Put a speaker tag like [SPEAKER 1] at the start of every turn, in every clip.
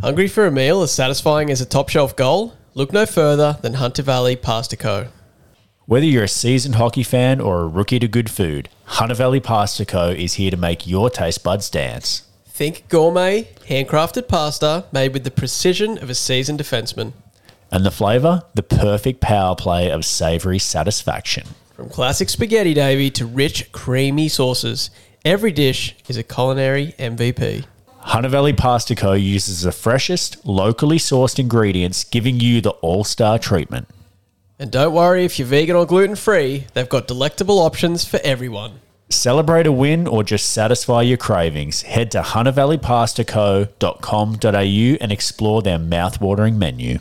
[SPEAKER 1] Hungry for a meal as satisfying as a top shelf goal? Look no further than Hunter Valley Pasta Co.
[SPEAKER 2] Whether you're a seasoned hockey fan or a rookie to good food, Hunter Valley Pasta Co. is here to make your taste buds dance.
[SPEAKER 1] Think gourmet, handcrafted pasta made with the precision of a seasoned defenseman.
[SPEAKER 2] And the flavour? The perfect power play of savoury satisfaction.
[SPEAKER 1] From classic spaghetti, Davy, to rich, creamy sauces, every dish is a culinary MVP.
[SPEAKER 2] Hunter Valley Pasta Co. uses the freshest, locally sourced ingredients, giving you the all star treatment.
[SPEAKER 1] And don't worry if you're vegan or gluten free, they've got delectable options for everyone.
[SPEAKER 2] Celebrate a win or just satisfy your cravings. Head to huntervalleypastaco.com.au and explore their mouth-watering menu.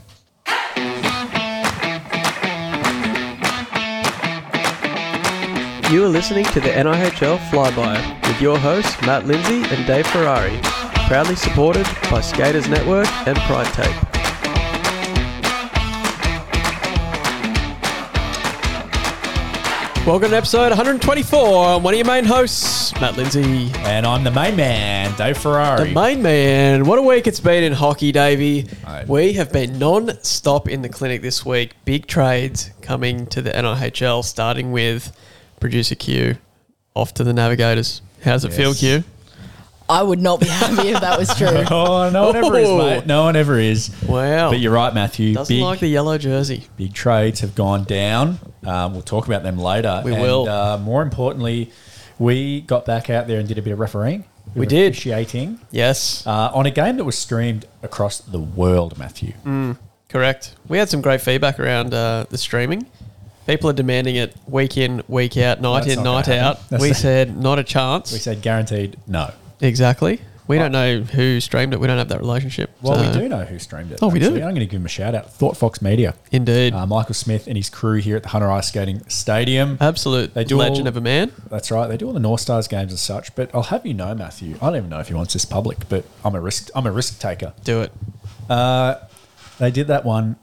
[SPEAKER 1] You are listening to the NIHL Flyby with your hosts Matt Lindsay and Dave Ferrari, proudly supported by Skaters Network and Pride Tape. Welcome to episode 124. I'm one of your main hosts, Matt Lindsay.
[SPEAKER 2] And I'm the main man, Dave
[SPEAKER 1] The
[SPEAKER 2] Ferrari.
[SPEAKER 1] main man. What a week it's been in hockey, Davey.
[SPEAKER 2] Mate.
[SPEAKER 1] We have been non stop in the clinic this week. Big trades coming to the NIHL, starting with producer Q off to the Navigators. How's it feel, Q?
[SPEAKER 3] I would not be happy if that was true.
[SPEAKER 2] oh, no one ever is,
[SPEAKER 1] Oh.
[SPEAKER 2] mate. No one ever is.
[SPEAKER 1] Wow.
[SPEAKER 2] But you're right, Matthew.
[SPEAKER 1] Doesn't
[SPEAKER 2] Big,
[SPEAKER 1] like the yellow jersey.
[SPEAKER 2] big trades have gone down. Um, we'll talk about them later.
[SPEAKER 1] We
[SPEAKER 2] and,
[SPEAKER 1] will.
[SPEAKER 2] Uh, more importantly, we got back out there and did a bit of refereeing.
[SPEAKER 1] We did.
[SPEAKER 2] Officiating
[SPEAKER 1] Yes,
[SPEAKER 2] uh, on a game that was streamed across the world, Matthew.
[SPEAKER 1] Mm. correct. We had some great feedback around uh, the streaming. People are demanding it week in, week out, night
[SPEAKER 2] That's
[SPEAKER 1] in,
[SPEAKER 2] not gonna
[SPEAKER 1] night
[SPEAKER 2] happen.
[SPEAKER 1] out.
[SPEAKER 2] That's
[SPEAKER 1] we
[SPEAKER 2] not-
[SPEAKER 1] said not a chance.
[SPEAKER 2] We said guaranteed no.
[SPEAKER 1] exactly. We don't know who streamed it. We don't have that relationship. Uh,
[SPEAKER 2] Well,
[SPEAKER 1] so-
[SPEAKER 2] we do know who streamed it.
[SPEAKER 1] Oh, we do?
[SPEAKER 2] I'm going to give him a shout out. Thought Fox Media.
[SPEAKER 1] Indeed.
[SPEAKER 2] Uh, Michael Smith and his crew here at the Hunter Ice Skating Stadium.
[SPEAKER 1] Absolute
[SPEAKER 2] They do
[SPEAKER 1] legend
[SPEAKER 2] all-
[SPEAKER 1] of a man.
[SPEAKER 2] That's right. They do all the North Stars games and such. But I'll have you know, Matthew. I don't even know if he wants this public, but I'm a risk. I'm a risk taker.
[SPEAKER 1] Do it.
[SPEAKER 2] They did that one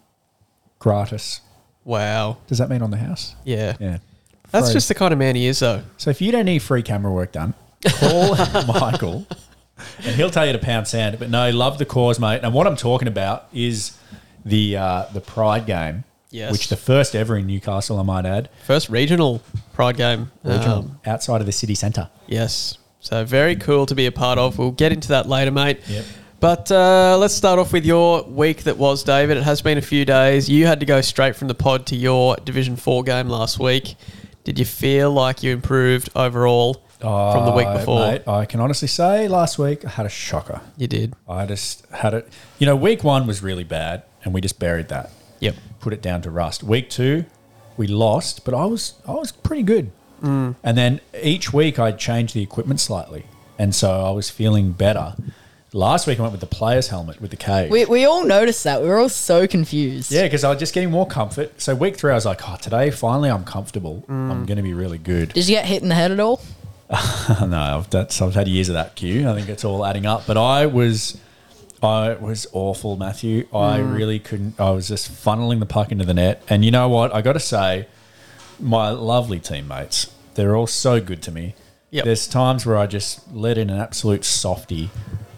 [SPEAKER 2] gratis.
[SPEAKER 1] Wow.
[SPEAKER 2] Does that mean on the house?
[SPEAKER 1] Yeah.
[SPEAKER 2] Yeah.
[SPEAKER 1] That's
[SPEAKER 2] Free.
[SPEAKER 1] just the kind of man he is, though.
[SPEAKER 2] So if you don't need free camera work done, call Michael and he'll tell you to pound sand. But no, love the cause, mate. And what I'm talking about is the uh, the Pride game,
[SPEAKER 1] Yes.
[SPEAKER 2] which the first ever in Newcastle, I might add,
[SPEAKER 1] First regional pride game.
[SPEAKER 2] regional,
[SPEAKER 1] Um,
[SPEAKER 2] outside of the city centre.
[SPEAKER 1] yes. So very cool to be a part of. We'll get into that later, mate.
[SPEAKER 2] Yep.
[SPEAKER 1] But uh, let's start off with your week that was, David. It has been a few days. You had to go straight from the pod to your Division 4 game last week. Did you feel like you improved overall from the week
[SPEAKER 2] Uh,
[SPEAKER 1] before?
[SPEAKER 2] mate, I can honestly say last week I had a shocker.
[SPEAKER 1] You did.
[SPEAKER 2] I just had it. You know, week one was really bad, and we just buried that.
[SPEAKER 1] Yep.
[SPEAKER 2] put it down to rust. Week two, we lost, but I was I was pretty good. And then each week I'd change the equipment slightly, and so I was feeling better. Last week I went with the player's helmet with the cage.
[SPEAKER 3] We, we all noticed that. We were all so confused.
[SPEAKER 2] yeah, because I was just getting more comfort. So week three, I was like, "Oh, today finally I'm comfortable. I'm going to be really good."
[SPEAKER 3] Did you get hit in the head at all?
[SPEAKER 2] no, I've, that's, I've had years of that cue. I think it's all adding up. But I was, I was awful, Matthew. I really couldn't. I was just funneling the puck into the net. And you know what? I got to say, my lovely teammates, they're all so good to me.
[SPEAKER 1] Yep.
[SPEAKER 2] There's times where I just let in an absolute softy,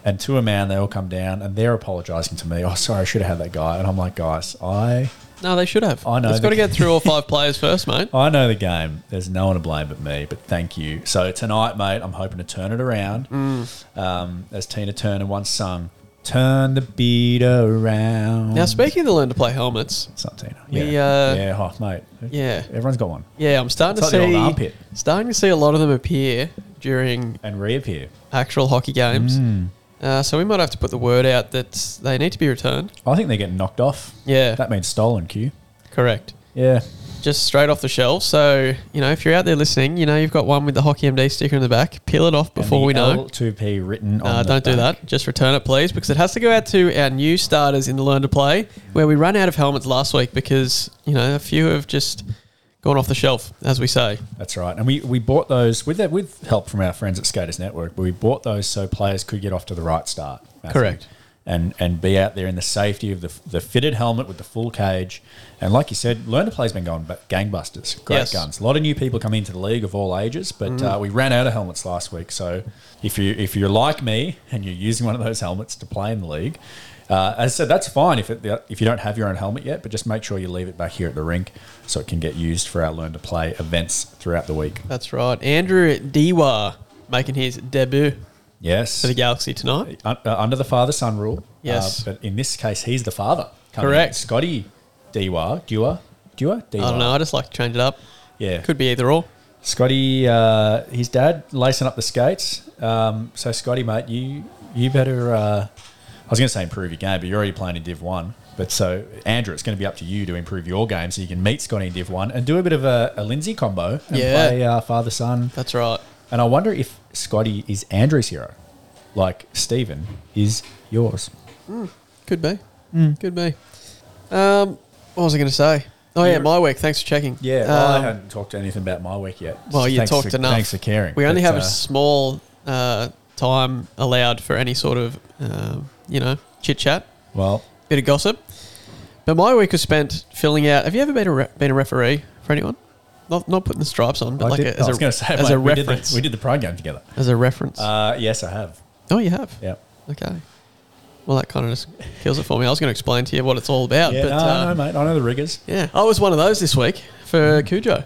[SPEAKER 2] and to a man, they all come down and they're apologising to me. Oh, sorry, I should have had that guy. And I'm like, guys, I
[SPEAKER 1] No, they should have.
[SPEAKER 2] I know. Oh,
[SPEAKER 1] It's got to get through all five players first, mate.
[SPEAKER 2] I know the game. There's no one to blame but me, but thank you. So tonight, mate, I'm hoping to turn it around.
[SPEAKER 1] Mm.
[SPEAKER 2] Um, as Tina Turner once sung, turn the beat around.
[SPEAKER 1] Now, speaking of the learn to play helmets,
[SPEAKER 2] It's not Tina. Yeah.
[SPEAKER 1] We, uh,
[SPEAKER 2] yeah, oh, mate.
[SPEAKER 1] yeah.
[SPEAKER 2] Everyone's got one.
[SPEAKER 1] Yeah, I'm starting
[SPEAKER 2] It's
[SPEAKER 1] to
[SPEAKER 2] like the
[SPEAKER 1] see
[SPEAKER 2] old armpit.
[SPEAKER 1] starting to see a lot of them appear during
[SPEAKER 2] And reappear.
[SPEAKER 1] actual hockey games.
[SPEAKER 2] Hmm.
[SPEAKER 1] Uh, so we might have to put the word out that they need to be returned.
[SPEAKER 2] I think they're getting knocked off.
[SPEAKER 1] Yeah,
[SPEAKER 2] That means stolen, Q.
[SPEAKER 1] correct.
[SPEAKER 2] Yeah.
[SPEAKER 1] Just straight off the shelf. So you know, if you're out there listening, you know you've got one with the hockey MD sticker in the back. Peel it off before we know.
[SPEAKER 2] L2P written
[SPEAKER 1] Uh,
[SPEAKER 2] on the
[SPEAKER 1] don't do
[SPEAKER 2] back.
[SPEAKER 1] that. Just return it, please, because it has to go out to our new starters in the Learn to Play, where we ran out of helmets last week because, you know, a few have just gone off the shelf, as we say.
[SPEAKER 2] That's right. And we, we bought those with that with help from our friends at Skaters Network, but we bought those so players could get off to the right start. Matthew.
[SPEAKER 1] Correct.
[SPEAKER 2] and and be out there in the safety of the, the fitted helmet with the full cage. And like you said, learn to play's been going ba- gangbusters. Great
[SPEAKER 1] Yes. Mm.
[SPEAKER 2] guns. A lot of new people come into the league of all ages, but uh, we ran out of helmets last week. So if you if you're like me and you're using one of those helmets to play in the league. Uh, as I said, that's fine if, it, if you don't have your own helmet yet, but just make sure you leave it back here at the rink so it can get used for our learn to play events throughout the week.
[SPEAKER 1] That's right. Andrew Dewa making his debut
[SPEAKER 2] Yes.
[SPEAKER 1] for the Galaxy tonight.
[SPEAKER 2] Un- uh, under the father son rule.
[SPEAKER 1] Yes.
[SPEAKER 2] Uh, but in this case, he's the father. coming
[SPEAKER 1] Correct.
[SPEAKER 2] in. Scotty Dewa. Dua. Dua? Dewa.
[SPEAKER 1] I don't know. I just like to change it up.
[SPEAKER 2] Yeah.
[SPEAKER 1] Could be either or.
[SPEAKER 2] Scotty, uh, his dad lacing up the skates. Um, so, Scotty, mate, you you better. Uh, I was going to say improve your game, but you're already playing in Div One. But so, Andrew, it's going to be up to you to improve your game so you can meet Scotty in Div One and do a bit of a, a Lindsay combo and
[SPEAKER 1] Yeah.
[SPEAKER 2] play uh, father son.
[SPEAKER 1] That's right.
[SPEAKER 2] And I wonder if Scotty is Andrew's hero, like Stephen is yours.
[SPEAKER 1] Could be.
[SPEAKER 2] Hmm.
[SPEAKER 1] Could be. Um, what was I going to say? Oh yeah,
[SPEAKER 2] You're-
[SPEAKER 1] my week. Thanks for checking.
[SPEAKER 2] Yeah, well,
[SPEAKER 1] Um,
[SPEAKER 2] I hadn't talked anything about my week yet.
[SPEAKER 1] Well, you
[SPEAKER 2] Thanks
[SPEAKER 1] talked
[SPEAKER 2] for,
[SPEAKER 1] enough.
[SPEAKER 2] Thanks for caring.
[SPEAKER 1] We only
[SPEAKER 2] But,
[SPEAKER 1] have
[SPEAKER 2] uh,
[SPEAKER 1] a small uh, time allowed for any sort of, um, you know, chit chat,
[SPEAKER 2] well.
[SPEAKER 1] bit of gossip. But my week was spent filling out. Have you ever been a re- been a referee for anyone? Not not putting the stripes on, but
[SPEAKER 2] I
[SPEAKER 1] like
[SPEAKER 2] did-
[SPEAKER 1] a,
[SPEAKER 2] I
[SPEAKER 1] as,
[SPEAKER 2] was
[SPEAKER 1] a,
[SPEAKER 2] going to say,
[SPEAKER 1] as
[SPEAKER 2] mate,
[SPEAKER 1] a
[SPEAKER 2] we did the-
[SPEAKER 1] reference.
[SPEAKER 2] we did the pride game together.
[SPEAKER 1] as a reference.
[SPEAKER 2] Uh, yes, I have.
[SPEAKER 1] oh, you have.
[SPEAKER 2] Yeah.
[SPEAKER 1] Okay. Well, that kind of just kills it for me. I was going to explain to you what it's all about,
[SPEAKER 2] Yeah,
[SPEAKER 1] but
[SPEAKER 2] no,
[SPEAKER 1] uh,
[SPEAKER 2] no, Mm. mate. I know the riggers.
[SPEAKER 1] yeah, I was one of those this week for Cujo.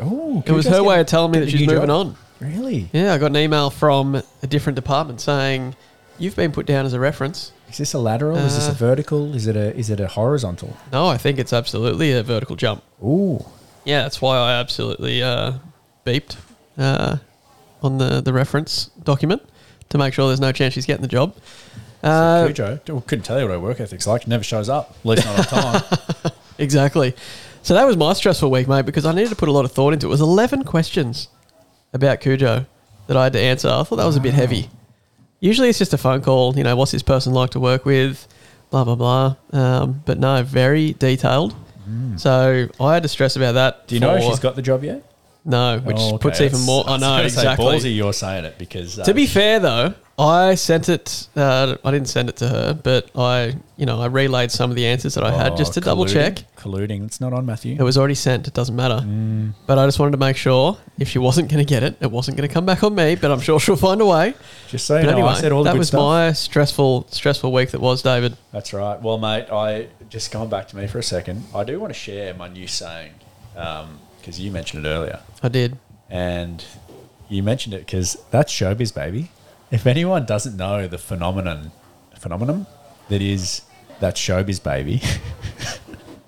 [SPEAKER 2] Oh,
[SPEAKER 1] It was her way of telling me that she's moving on.
[SPEAKER 2] Really?
[SPEAKER 1] Yeah, I got an email from a different department saying you've been put down as a reference.
[SPEAKER 2] Is this a lateral? is this a
[SPEAKER 1] Uh,
[SPEAKER 2] vertical? Is it a is it a horizontal?
[SPEAKER 1] No, I think it's absolutely a vertical jump.
[SPEAKER 2] Ooh,
[SPEAKER 1] Yeah, that's why I absolutely uh, beeped uh, on the, the reference document to make sure there's no chance she's getting the job. Uh,
[SPEAKER 2] Cujo. I couldn't tell you what her work ethic's like. Never shows up. At least not on time.
[SPEAKER 1] Exactly. So that was my stressful week, mate, because I needed to put a lot of thought into it. It was 11 questions about Cujo that I had to answer. I thought that was a bit heavy. Usually it's just a phone call, you know, what's this person like to work with, blah, blah, blah. Um, but no, very detailed. So I had to stress about that.
[SPEAKER 2] Mm. Do you know if
[SPEAKER 1] for-
[SPEAKER 2] she's got the job yet?
[SPEAKER 1] No, which
[SPEAKER 2] Oh, okay.
[SPEAKER 1] puts even
[SPEAKER 2] That's-
[SPEAKER 1] more. I
[SPEAKER 2] was
[SPEAKER 1] know,
[SPEAKER 2] gonna say
[SPEAKER 1] exactly.
[SPEAKER 2] ballsy, you're saying it because uh,
[SPEAKER 1] To be fair, though, I sent it. Uh, I didn't send it to her, but I, you know, I relayed some of the answers that I had
[SPEAKER 2] Oh,
[SPEAKER 1] just to double
[SPEAKER 2] colluding.
[SPEAKER 1] check.
[SPEAKER 2] Colluding. It's not on Matthew.
[SPEAKER 1] It was already sent. It doesn't matter.
[SPEAKER 2] Mm.
[SPEAKER 1] But I just wanted to make sure if she wasn't going to get it, it wasn't going to come back on me. But I'm sure she'll find a way.
[SPEAKER 2] Just so you
[SPEAKER 1] But
[SPEAKER 2] know,
[SPEAKER 1] anyway,
[SPEAKER 2] I said all the
[SPEAKER 1] that
[SPEAKER 2] good
[SPEAKER 1] was
[SPEAKER 2] stuff.
[SPEAKER 1] my stressful, stressful week. That was David.
[SPEAKER 2] That's right. Well, mate, I just going back to me for a second. I do want to share my new saying because you mentioned it earlier,
[SPEAKER 1] I did.
[SPEAKER 2] and you mentioned it because that's showbiz, baby. If anyone doesn't know the phenomenon, phenomenon that is that showbiz, baby.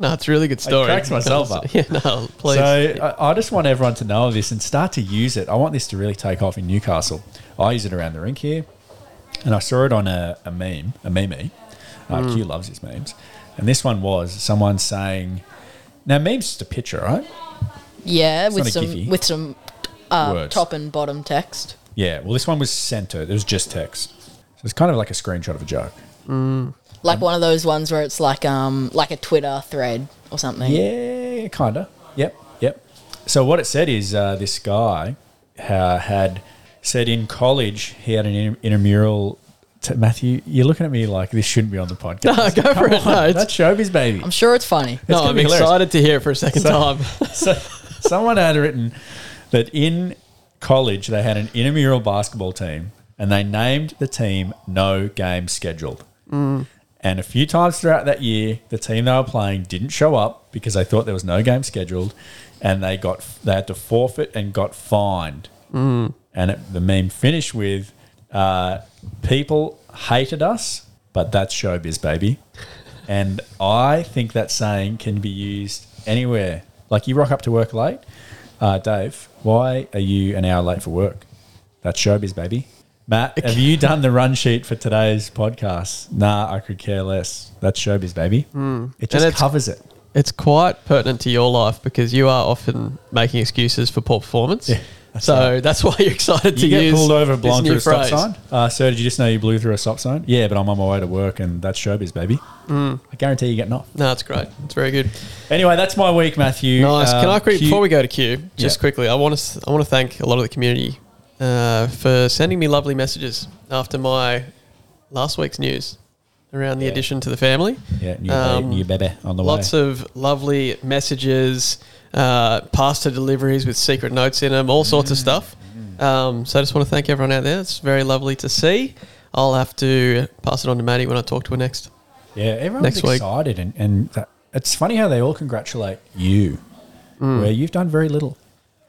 [SPEAKER 1] No, it's a really good story.
[SPEAKER 2] cracked myself up.
[SPEAKER 1] yeah, no, please.
[SPEAKER 2] So I, I just want everyone to know this and start to use it. I want this to really take off in Newcastle. I use it around the rink here, and I saw it on a, a meme, a meme. Uh, Q loves his memes, and this one was someone saying, "Now memes just a picture, right?
[SPEAKER 3] Yeah,
[SPEAKER 2] not
[SPEAKER 3] with
[SPEAKER 2] a
[SPEAKER 3] some
[SPEAKER 2] giphy.
[SPEAKER 3] with some uh,
[SPEAKER 2] Words.
[SPEAKER 3] top and bottom text.
[SPEAKER 2] Yeah. Well, this one was centered. It was just text. So it's kind of like a screenshot of a joke.
[SPEAKER 3] Like one of those ones where it's like um like a Twitter thread or something.
[SPEAKER 2] Yeah, kind of. Yep, yep. So what it said is uh, this guy uh, had said in college he had an inter- intramural. T- Matthew, you're looking at me like this shouldn't be on the podcast.
[SPEAKER 1] No, go for it. No, it's-
[SPEAKER 2] That's showbiz, baby.
[SPEAKER 3] I'm sure it's funny.
[SPEAKER 1] no,
[SPEAKER 2] gonna
[SPEAKER 1] I'm
[SPEAKER 2] be hilarious.
[SPEAKER 1] excited to hear it for a second time.
[SPEAKER 2] so someone had written that in college they had an intramural basketball team and they named the team No Game Scheduled. And a few times throughout that year, the team they were playing didn't show up because they thought there was no game scheduled, and they got they had to forfeit and got fined. And it, the meme finished with, uh, "People hated us, but that's showbiz, baby." And I think that saying can be used anywhere. Like you rock up to work late, uh, Dave. Why are you an hour late for work? That's showbiz, baby. Matt, have you done the run sheet for today's podcast? Nah, I could care less. That's showbiz, baby. It just
[SPEAKER 1] it's-
[SPEAKER 2] covers it.
[SPEAKER 1] it's quite pertinent to your life because you are often making excuses for poor performance.
[SPEAKER 2] Yeah, that's
[SPEAKER 1] so
[SPEAKER 2] right.
[SPEAKER 1] that's why you're excited to
[SPEAKER 2] you get
[SPEAKER 1] use
[SPEAKER 2] pulled over
[SPEAKER 1] this
[SPEAKER 2] blown
[SPEAKER 1] new
[SPEAKER 2] through a
[SPEAKER 1] phrase.
[SPEAKER 2] stop sign. Uh, sir, did you just know you blew through a stop sign? Yeah, but I'm on my way to work, and that's showbiz, baby.
[SPEAKER 1] Mm.
[SPEAKER 2] I guarantee you're getting off.
[SPEAKER 1] No, it's great. It's very good.
[SPEAKER 2] Anyway, that's my week, Matthew.
[SPEAKER 1] Nice. Can I quick,
[SPEAKER 2] quickly
[SPEAKER 1] before we go to Q, just
[SPEAKER 2] um, Yeah.
[SPEAKER 1] quickly, I want to I want to thank a lot of the community uh, for sending me lovely messages after my last week's news around the
[SPEAKER 2] Yeah.
[SPEAKER 1] addition to the family.
[SPEAKER 2] Yeah, new,
[SPEAKER 1] Um,
[SPEAKER 2] baby, new baby on the
[SPEAKER 1] Lots
[SPEAKER 2] way.
[SPEAKER 1] of lovely messages, uh, pasta deliveries with secret notes in them, all sorts
[SPEAKER 2] Mm.
[SPEAKER 1] of stuff. Um, so I just want to thank everyone out there. It's very lovely to see. I'll have to pass it on to Maddie when I talk to her next.
[SPEAKER 2] yeah, everyone's
[SPEAKER 1] next week.
[SPEAKER 2] excited, and and that, it's funny how they all congratulate you, where you've done very little.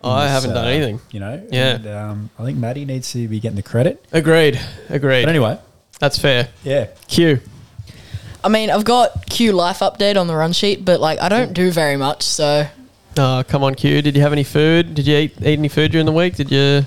[SPEAKER 2] in
[SPEAKER 1] Mm. I
[SPEAKER 2] this,
[SPEAKER 1] haven't done
[SPEAKER 2] uh,
[SPEAKER 1] anything.
[SPEAKER 2] you know.
[SPEAKER 1] Yeah.
[SPEAKER 2] and, um, I think Maddie needs to be getting the credit.
[SPEAKER 1] Agreed. Agreed.
[SPEAKER 2] But anyway,
[SPEAKER 1] That's fair.
[SPEAKER 2] yeah,
[SPEAKER 1] Q.
[SPEAKER 3] I mean, I've got Q life update on the run sheet, but like I don't do very much, so
[SPEAKER 1] Oh, come on, Q. Did you have any food? Did you eat, eat any food during the week? Did you,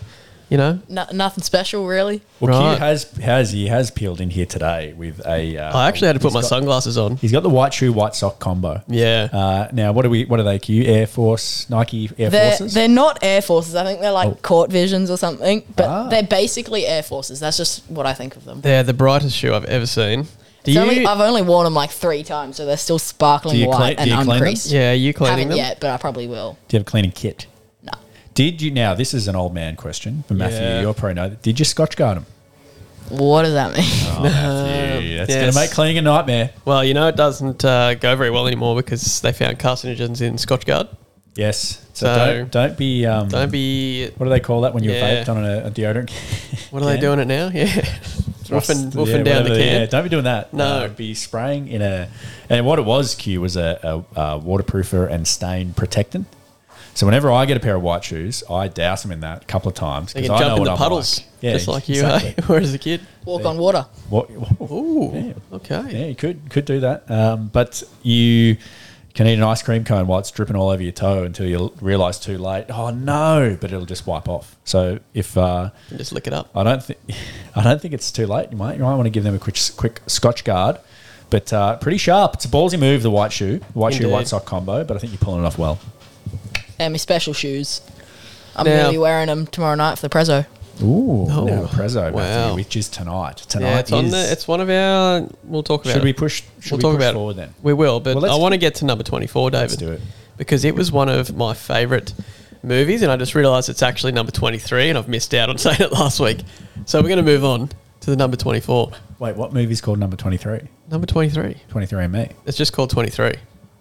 [SPEAKER 1] you know?
[SPEAKER 3] no- nothing special really.
[SPEAKER 2] well,
[SPEAKER 1] Right.
[SPEAKER 2] Q has has he has peeled in here today with a. Uh,
[SPEAKER 1] I actually had to put my
[SPEAKER 2] he's got-
[SPEAKER 1] sunglasses on.
[SPEAKER 2] He's got the white shoe, white sock combo.
[SPEAKER 1] Yeah.
[SPEAKER 2] Uh, now, what are we? What are they? Q Air Force, Nike Air
[SPEAKER 3] They're,
[SPEAKER 2] Forces.
[SPEAKER 3] they're not air forces. I think they're like
[SPEAKER 2] Oh.
[SPEAKER 3] court visions or something, but
[SPEAKER 2] Ah.
[SPEAKER 3] they're basically air forces. That's just what I think of them.
[SPEAKER 1] They're the brightest shoe I've ever seen. Do
[SPEAKER 3] It's
[SPEAKER 1] you?
[SPEAKER 3] only, I've only worn them like three times, so they're still sparkling
[SPEAKER 2] Do you
[SPEAKER 3] white
[SPEAKER 2] clean- do you
[SPEAKER 3] and
[SPEAKER 2] clean them?
[SPEAKER 3] uncreased.
[SPEAKER 1] yeah, you cleaning
[SPEAKER 3] Haven't
[SPEAKER 1] them?
[SPEAKER 3] yet, but I probably will.
[SPEAKER 2] Do you have a cleaning kit?
[SPEAKER 3] No.
[SPEAKER 2] Did you now? This is an old man question, but Matthew,
[SPEAKER 1] Yeah.
[SPEAKER 2] you'll probably know. Did you Scotch guard him?
[SPEAKER 3] What does that mean?
[SPEAKER 2] Oh, Matthew, that's going
[SPEAKER 1] yes.
[SPEAKER 2] to make cleaning a nightmare.
[SPEAKER 1] Well, you know, it doesn't uh, go very well anymore because they found carcinogens in Scotchgard.
[SPEAKER 2] Yes. So,
[SPEAKER 1] So-
[SPEAKER 2] don't don't be um,
[SPEAKER 1] Don't be.
[SPEAKER 2] What do they call that when you're
[SPEAKER 1] Yeah.
[SPEAKER 2] vaped on a, a deodorant?
[SPEAKER 1] What are they
[SPEAKER 2] Can?
[SPEAKER 1] doing it now? Yeah. woofing
[SPEAKER 2] Yeah,
[SPEAKER 1] woofing down the
[SPEAKER 2] whatever,
[SPEAKER 1] can.
[SPEAKER 2] Yeah, don't be doing that.
[SPEAKER 1] No.
[SPEAKER 2] Uh, be spraying in a. And what it was, Q, was a, a, a waterproofer and stain protectant. So whenever I get a pair of white shoes, I douse them in that a couple of times.
[SPEAKER 1] They
[SPEAKER 2] 'cause
[SPEAKER 1] can
[SPEAKER 2] I know
[SPEAKER 1] jump in
[SPEAKER 2] what
[SPEAKER 1] the
[SPEAKER 2] I'm
[SPEAKER 1] puddles,
[SPEAKER 2] Yeah,
[SPEAKER 1] just like you
[SPEAKER 2] exactly.
[SPEAKER 1] eh? were as a kid.
[SPEAKER 3] Walk on water.
[SPEAKER 2] What,
[SPEAKER 1] Ooh,
[SPEAKER 2] Yeah. Yeah,
[SPEAKER 1] okay.
[SPEAKER 2] you could could do that. Um, but you can eat an ice cream cone while it's dripping all over your toe until you realize too late. Oh no! But it'll just wipe off. So if uh,
[SPEAKER 1] And Just lick it up.
[SPEAKER 2] I don't think I don't think it's too late. You might you might want to give them a quick quick Scotch guard. But uh, pretty sharp. It's a ballsy move, the white shoe, the white shoe,
[SPEAKER 1] Indeed.
[SPEAKER 2] white sock combo. But I think you're pulling it off well.
[SPEAKER 3] And my special shoes. I'm
[SPEAKER 1] Now-
[SPEAKER 3] really wearing them tomorrow night for the prezzo.
[SPEAKER 2] Ooh,
[SPEAKER 1] Oh,
[SPEAKER 2] now Prezzo,
[SPEAKER 1] wow.
[SPEAKER 2] Matthew, which is tonight. Tonight
[SPEAKER 1] Yeah, it's on
[SPEAKER 2] is-
[SPEAKER 1] the. It's one of our. We'll talk about.
[SPEAKER 2] should
[SPEAKER 1] it.
[SPEAKER 2] we push? Should
[SPEAKER 1] we'll
[SPEAKER 2] we
[SPEAKER 1] talk
[SPEAKER 2] push
[SPEAKER 1] about
[SPEAKER 2] forward
[SPEAKER 1] it.
[SPEAKER 2] then?
[SPEAKER 1] We will, but
[SPEAKER 2] Well, let's-
[SPEAKER 1] I want to get to number 24, David.
[SPEAKER 2] Let's do it.
[SPEAKER 1] Because it was one of my favourite movies, and I just realised it's actually number 23, and I've missed out on saying it last week. So we're going to move on to the number 24.
[SPEAKER 2] Wait, what movie's called number 23?
[SPEAKER 1] Number 23.
[SPEAKER 2] 23 and Me.
[SPEAKER 1] It's just called 23.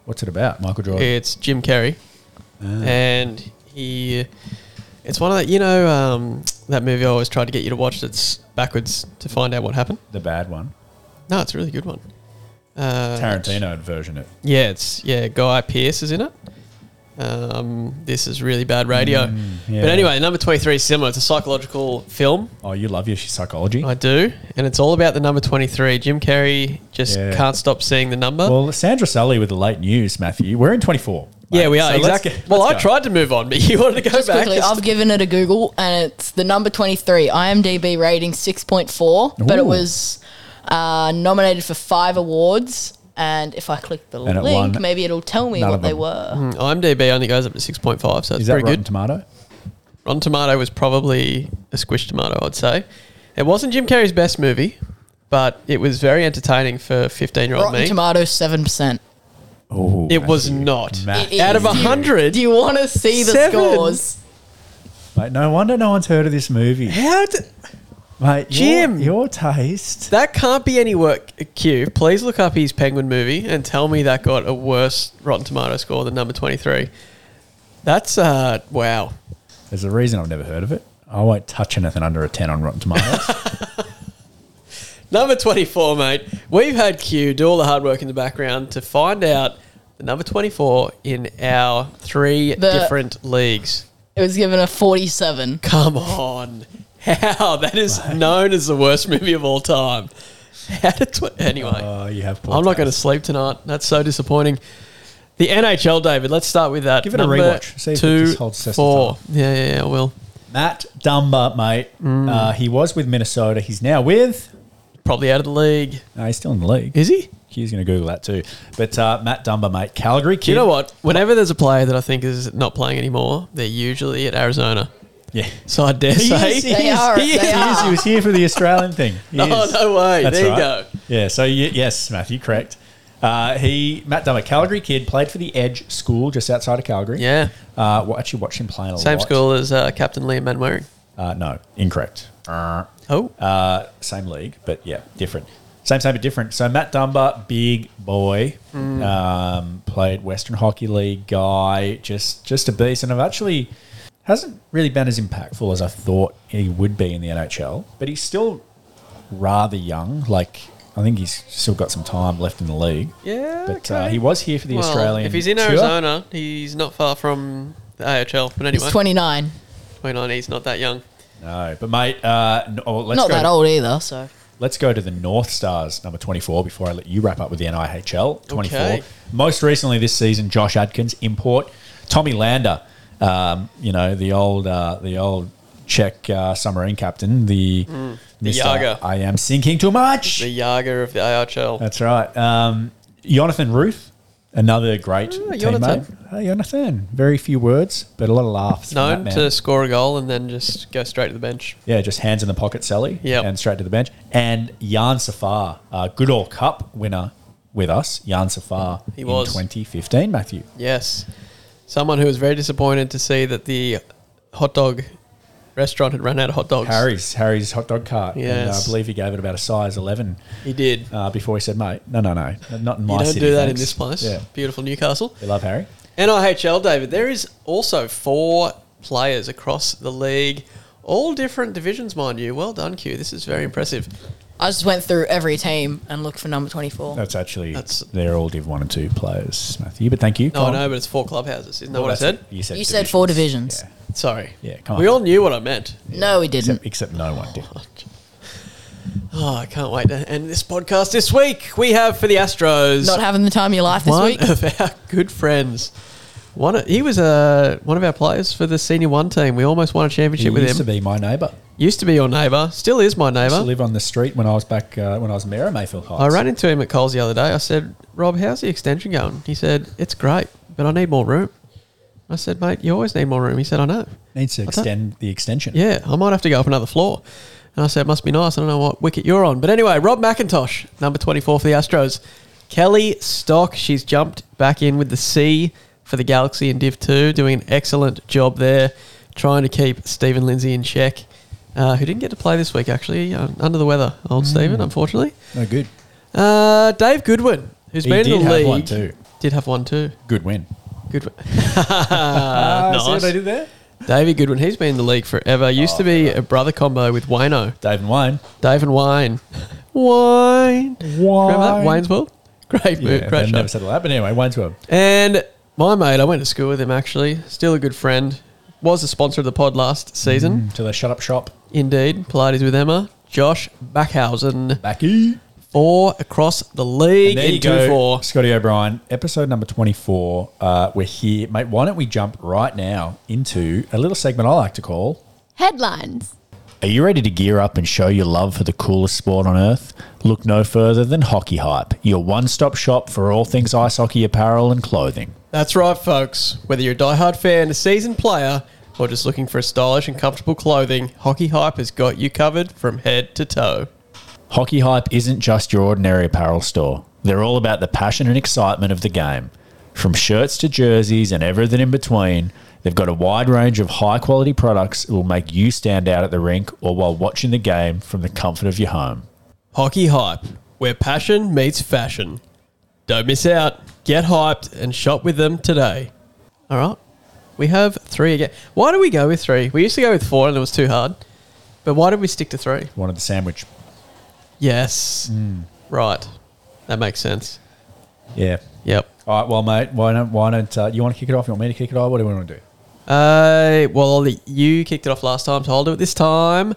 [SPEAKER 2] What's it about? Michael Jordan.
[SPEAKER 1] It's Jim Carrey,
[SPEAKER 2] Ah.
[SPEAKER 1] and he. It's one of that you know um, that movie I always tried to get you to watch. That's backwards to find out what happened.
[SPEAKER 2] The bad one.
[SPEAKER 1] No, it's a really good one. Uh,
[SPEAKER 2] Tarantino version it.
[SPEAKER 1] Yeah, it's yeah. Guy Pearce is in it. Um, this is really bad radio.
[SPEAKER 2] Mm, yeah.
[SPEAKER 1] But anyway, number twenty three is similar. It's a psychological film.
[SPEAKER 2] Oh, you love your psychology.
[SPEAKER 1] I do, and it's all about the number twenty three. Jim Carrey just
[SPEAKER 2] Yeah.
[SPEAKER 1] can't stop seeing the number.
[SPEAKER 2] Well, Sandra Sully with the late news, Matthew. We're in 24. mate.
[SPEAKER 1] yeah, we are
[SPEAKER 2] So let's
[SPEAKER 1] exactly.
[SPEAKER 2] get-
[SPEAKER 1] well, I
[SPEAKER 2] let's go.
[SPEAKER 1] tried to move on, but you wanted to go
[SPEAKER 3] Just
[SPEAKER 1] back.
[SPEAKER 3] quickly, I've given it a Google and it's the number 23, IMDb rating 6.4, but
[SPEAKER 2] Ooh.
[SPEAKER 3] it was uh, nominated for five awards. And if I click the
[SPEAKER 2] And it
[SPEAKER 3] link,
[SPEAKER 2] won
[SPEAKER 3] maybe it'll tell me
[SPEAKER 2] none
[SPEAKER 3] what
[SPEAKER 2] of
[SPEAKER 3] they
[SPEAKER 2] them.
[SPEAKER 3] were.
[SPEAKER 1] Mm, IMDb only goes up to six point five, so it's
[SPEAKER 2] Is that
[SPEAKER 1] pretty
[SPEAKER 2] Rotten
[SPEAKER 1] good.
[SPEAKER 2] Tomato?
[SPEAKER 1] Rotten Tomato was probably a squish tomato, I'd say. It wasn't Jim Carrey's best movie, but it was very entertaining for fifteen year old
[SPEAKER 3] Rotten
[SPEAKER 1] me.
[SPEAKER 3] Tomatoes, 7%.
[SPEAKER 2] Oh,
[SPEAKER 1] It was not.
[SPEAKER 3] It
[SPEAKER 2] Matthew.
[SPEAKER 3] is-
[SPEAKER 1] Out of a hundred,
[SPEAKER 3] Do you want to see the
[SPEAKER 1] Seven?
[SPEAKER 3] scores?
[SPEAKER 2] Mate, no wonder no one's heard of this movie.
[SPEAKER 1] How d-
[SPEAKER 2] Mate,
[SPEAKER 1] Jim.
[SPEAKER 2] Your, your taste.
[SPEAKER 1] that can't be any work. Q, please look up his Penguin movie and tell me that got a worse Rotten Tomato score than number twenty three. That's uh wow.
[SPEAKER 2] There's a reason I've never heard of it. I won't touch anything under a 10 on Rotten Tomatoes.
[SPEAKER 1] Number twenty four, mate. We've had Q do all the hard work in the background to find out the number twenty four in our three
[SPEAKER 3] The-
[SPEAKER 1] different leagues.
[SPEAKER 3] It was given a 47.
[SPEAKER 1] Come on. How? That is known as the worst movie of all time. How did tw- anyway.
[SPEAKER 2] oh, you have poor
[SPEAKER 1] I'm not
[SPEAKER 2] taste.
[SPEAKER 1] going to sleep tonight. That's so disappointing. The NHL, David. Let's start with that.
[SPEAKER 2] Give it a
[SPEAKER 1] Number
[SPEAKER 2] rewatch. See if it
[SPEAKER 1] two,
[SPEAKER 2] just holds test of
[SPEAKER 1] four. Yeah, yeah, yeah. I will
[SPEAKER 2] Matt Dumba, mate.
[SPEAKER 1] Mm.
[SPEAKER 2] Uh, he was with Minnesota. He's now with.
[SPEAKER 1] probably out of the league.
[SPEAKER 2] No, he's still in the league.
[SPEAKER 1] Is he?
[SPEAKER 2] Q's going to Google that too. But uh, Matt Dumba, mate, Calgary kid.
[SPEAKER 1] Do you know what? Whenever there's a player that I think is not playing anymore, they're usually at Arizona.
[SPEAKER 2] Yeah.
[SPEAKER 1] So I dare
[SPEAKER 2] He
[SPEAKER 1] say
[SPEAKER 2] is, he
[SPEAKER 3] They
[SPEAKER 2] is,
[SPEAKER 3] are.
[SPEAKER 2] He,
[SPEAKER 3] They
[SPEAKER 2] is, he is. He was here for the Australian thing. He
[SPEAKER 1] Oh,
[SPEAKER 2] is.
[SPEAKER 1] no way. There you go.
[SPEAKER 2] Yeah. So y- yes, Matthew, correct. Uh, he Matt Dummer, Calgary kid, played for the Edge School just outside of Calgary.
[SPEAKER 1] Yeah.
[SPEAKER 2] Uh, well, actually, watched him playing a lot.
[SPEAKER 1] same school as uh, Captain Liam Manwaring.
[SPEAKER 2] Uh, no, incorrect. Uh,
[SPEAKER 1] Oh,
[SPEAKER 2] Uh, same league, but yeah, different. Same, same, but different. So Matt Dunbar, big boy,
[SPEAKER 1] Mm.
[SPEAKER 2] um, played Western Hockey League guy, just just a beast, and I've actually hasn't really been as impactful as I thought he would be in the NHL, but he's still rather young. Like I think he's still got some time left in the league.
[SPEAKER 1] Yeah,
[SPEAKER 2] but uh,
[SPEAKER 1] okay.
[SPEAKER 2] he was here for the
[SPEAKER 1] Well,
[SPEAKER 2] Australian.
[SPEAKER 1] If he's in
[SPEAKER 2] tour.
[SPEAKER 1] Arizona, he's not far from the AHL. But anyway,
[SPEAKER 3] He's 29.
[SPEAKER 1] 29, he's not that young.
[SPEAKER 2] no, but mate, uh, no, oh, let's
[SPEAKER 3] Not
[SPEAKER 2] go
[SPEAKER 3] that
[SPEAKER 2] to-
[SPEAKER 3] old either, so.
[SPEAKER 2] Let's go to the North Stars, number 24, before I let you wrap up with the NIHL. 24.
[SPEAKER 1] Okay.
[SPEAKER 2] Most recently this season, Josh Adkins import Tommy Lander, um, you know, the old uh, the old Czech uh, submarine captain, the,
[SPEAKER 1] Mm, the
[SPEAKER 2] Mr.
[SPEAKER 1] Yager.
[SPEAKER 2] I am sinking too much.
[SPEAKER 1] The Yager of the AHL.
[SPEAKER 2] That's right. Um, Jonathan Ruth, another great teammate.
[SPEAKER 1] Ah, Jonathan.
[SPEAKER 2] Hey, Jonathan. Very few words, but a lot of laughs. from
[SPEAKER 1] known
[SPEAKER 2] that man.
[SPEAKER 1] to score a goal and then just go straight to the bench.
[SPEAKER 2] Yeah, just hands in the pocket, Sally.
[SPEAKER 1] Yep.
[SPEAKER 2] And straight to the bench. And Jan Safar, uh, good all cup winner with us. Jan Safar
[SPEAKER 1] He
[SPEAKER 2] in
[SPEAKER 1] was.
[SPEAKER 2] 2015, Matthew.
[SPEAKER 1] Yes. Someone who was very disappointed to see that the hot dog restaurant had run out of hot dogs.
[SPEAKER 2] Harry's Harry's hot dog cart. And, uh, I
[SPEAKER 1] Yes.
[SPEAKER 2] believe he gave it about a size 11
[SPEAKER 1] He did.
[SPEAKER 2] uh, before he said, mate, no, no, no, not in my
[SPEAKER 1] you don't
[SPEAKER 2] city,
[SPEAKER 1] do that in
[SPEAKER 2] thanks."
[SPEAKER 1] this place.
[SPEAKER 2] Yeah.
[SPEAKER 1] Beautiful Newcastle.
[SPEAKER 2] We love Harry.
[SPEAKER 1] NIHL, David, there is also four players across the league, all different divisions, mind you. Well done, Q. This is very impressive.
[SPEAKER 3] I just went through every team and looked for number 24.
[SPEAKER 2] That's actually,
[SPEAKER 1] That's-
[SPEAKER 2] they're all Div 1 and 2 players, Matthew. But thank you.
[SPEAKER 1] No,
[SPEAKER 2] Colin.
[SPEAKER 1] I know, but it's four clubhouses. Isn't that
[SPEAKER 2] Well,
[SPEAKER 1] what I
[SPEAKER 2] that's
[SPEAKER 1] said?
[SPEAKER 2] it. You said,
[SPEAKER 3] You said four divisions.
[SPEAKER 2] Yeah.
[SPEAKER 1] Sorry.
[SPEAKER 2] Yeah, come
[SPEAKER 1] We
[SPEAKER 2] on.
[SPEAKER 1] all knew what I meant.
[SPEAKER 3] No, we didn't.
[SPEAKER 2] Except, except no one did.
[SPEAKER 1] Oh, I can't wait to end this podcast this week. We have for the Astros.
[SPEAKER 3] Not having the time of your life this
[SPEAKER 1] one
[SPEAKER 3] week.
[SPEAKER 1] of our good friends. One, of- he was uh, one of our players for the senior one team. We almost won a
[SPEAKER 2] He
[SPEAKER 1] championship
[SPEAKER 2] used
[SPEAKER 1] with
[SPEAKER 2] to
[SPEAKER 1] him.
[SPEAKER 2] be my neighbour.
[SPEAKER 1] used to be your neighbour, still is my
[SPEAKER 2] used to
[SPEAKER 1] neighbour.
[SPEAKER 2] live on the street when I was back uh, when I was mayor of Mayfield Heights.
[SPEAKER 1] I ran into him at Coles the other day. I said, "Rob, how's the extension going?" He said, "It's great, but I need more room." I said, "Mate, you always need more room." He said, "I know."
[SPEAKER 2] Needs to
[SPEAKER 1] thought-
[SPEAKER 2] extend the extension.
[SPEAKER 1] Yeah, I might have to go up another floor. And I said, it must be nice. I don't know what wicket you're on. But anyway, Rob McIntosh, number 24 for the Astros. Kelly Stock, she's jumped back in with the C for the Galaxy in Div 2, doing an excellent job there, trying to keep Stephen Lindsay in check, uh, who didn't get to play this week, actually, uh, under the weather, old
[SPEAKER 2] Mm.
[SPEAKER 1] Stephen, unfortunately.
[SPEAKER 2] No Oh, good.
[SPEAKER 1] Uh, Dave Goodwin, who's
[SPEAKER 2] He
[SPEAKER 1] been in
[SPEAKER 2] did
[SPEAKER 1] the
[SPEAKER 2] have
[SPEAKER 1] league.
[SPEAKER 2] one too.
[SPEAKER 1] Did have one too.
[SPEAKER 2] Good win.
[SPEAKER 1] Goodwin.
[SPEAKER 2] Ah,
[SPEAKER 1] Uh, nice.
[SPEAKER 2] see what I did there?
[SPEAKER 1] Davey Goodwin, he's been in the league forever. Used to
[SPEAKER 2] Oh,
[SPEAKER 1] be a brother combo with Wayno.
[SPEAKER 2] Dave and Wayne.
[SPEAKER 1] Dave and Wine. Wine. Remember that? Wayne's World? Great
[SPEAKER 2] Yeah,
[SPEAKER 1] move.
[SPEAKER 2] they
[SPEAKER 1] great show.
[SPEAKER 2] never settled that. But anyway, Wayne's World.
[SPEAKER 1] And my mate, I went to school with him actually. Still a good friend. Was a sponsor of the pod last season.
[SPEAKER 2] Until they shut up shop.
[SPEAKER 1] Indeed. Pilates with Emma. Josh Backhausen.
[SPEAKER 2] Backy.
[SPEAKER 1] Four across the league in 2 4.
[SPEAKER 2] Scotty O'Brien, episode number 24. Uh, we're here. Mate, why don't we jump right now into a little segment I like to call
[SPEAKER 4] Headlines.
[SPEAKER 2] Are you ready to gear up and show your love for the coolest sport on earth? Look no further than Hockey Hype, your one stop shop for all things ice hockey apparel and clothing.
[SPEAKER 1] That's right, folks. Whether you're a diehard fan, a seasoned player, or just looking for stylish and comfortable clothing, Hockey Hype has got you covered from head to toe.
[SPEAKER 2] Hockey Hype isn't just your ordinary apparel store. They're all about the passion and excitement of the game. From shirts to jerseys and everything in between, they've got a wide range of high quality products that will make you stand out at the rink or while watching the game from the comfort of your home.
[SPEAKER 1] Hockey Hype, where passion meets fashion. Don't miss out. Get hyped and shop with them today. All right. We have three again. Why do we go with three? We used to go with four and it was too hard. But why did we stick to three?
[SPEAKER 2] Wanted the sandwich.
[SPEAKER 1] Yes. Right. That makes sense.
[SPEAKER 2] Yeah.
[SPEAKER 1] Yep.
[SPEAKER 2] All right, well, mate, why don't, why don't uh, you want to kick it off? You want me to kick it off? What do we want to do?
[SPEAKER 1] Uh, well, you kicked it off last time, so I'll do it this time.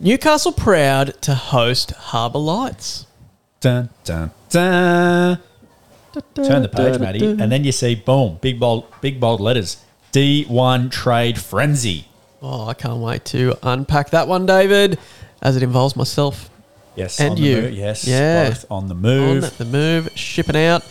[SPEAKER 1] Newcastle proud to host Harbour Lights.
[SPEAKER 2] Dun, dun, dun. Turn the page, Matty, and then you see, boom, big bold, big bold letters. D1 Trade Frenzy.
[SPEAKER 1] Oh, I can't wait to unpack that one, David, as it involves myself
[SPEAKER 2] Yes,
[SPEAKER 1] And
[SPEAKER 2] on
[SPEAKER 1] you.
[SPEAKER 2] The move. Yes,
[SPEAKER 1] Yeah.
[SPEAKER 2] both on the move.
[SPEAKER 1] on the move, shipping out.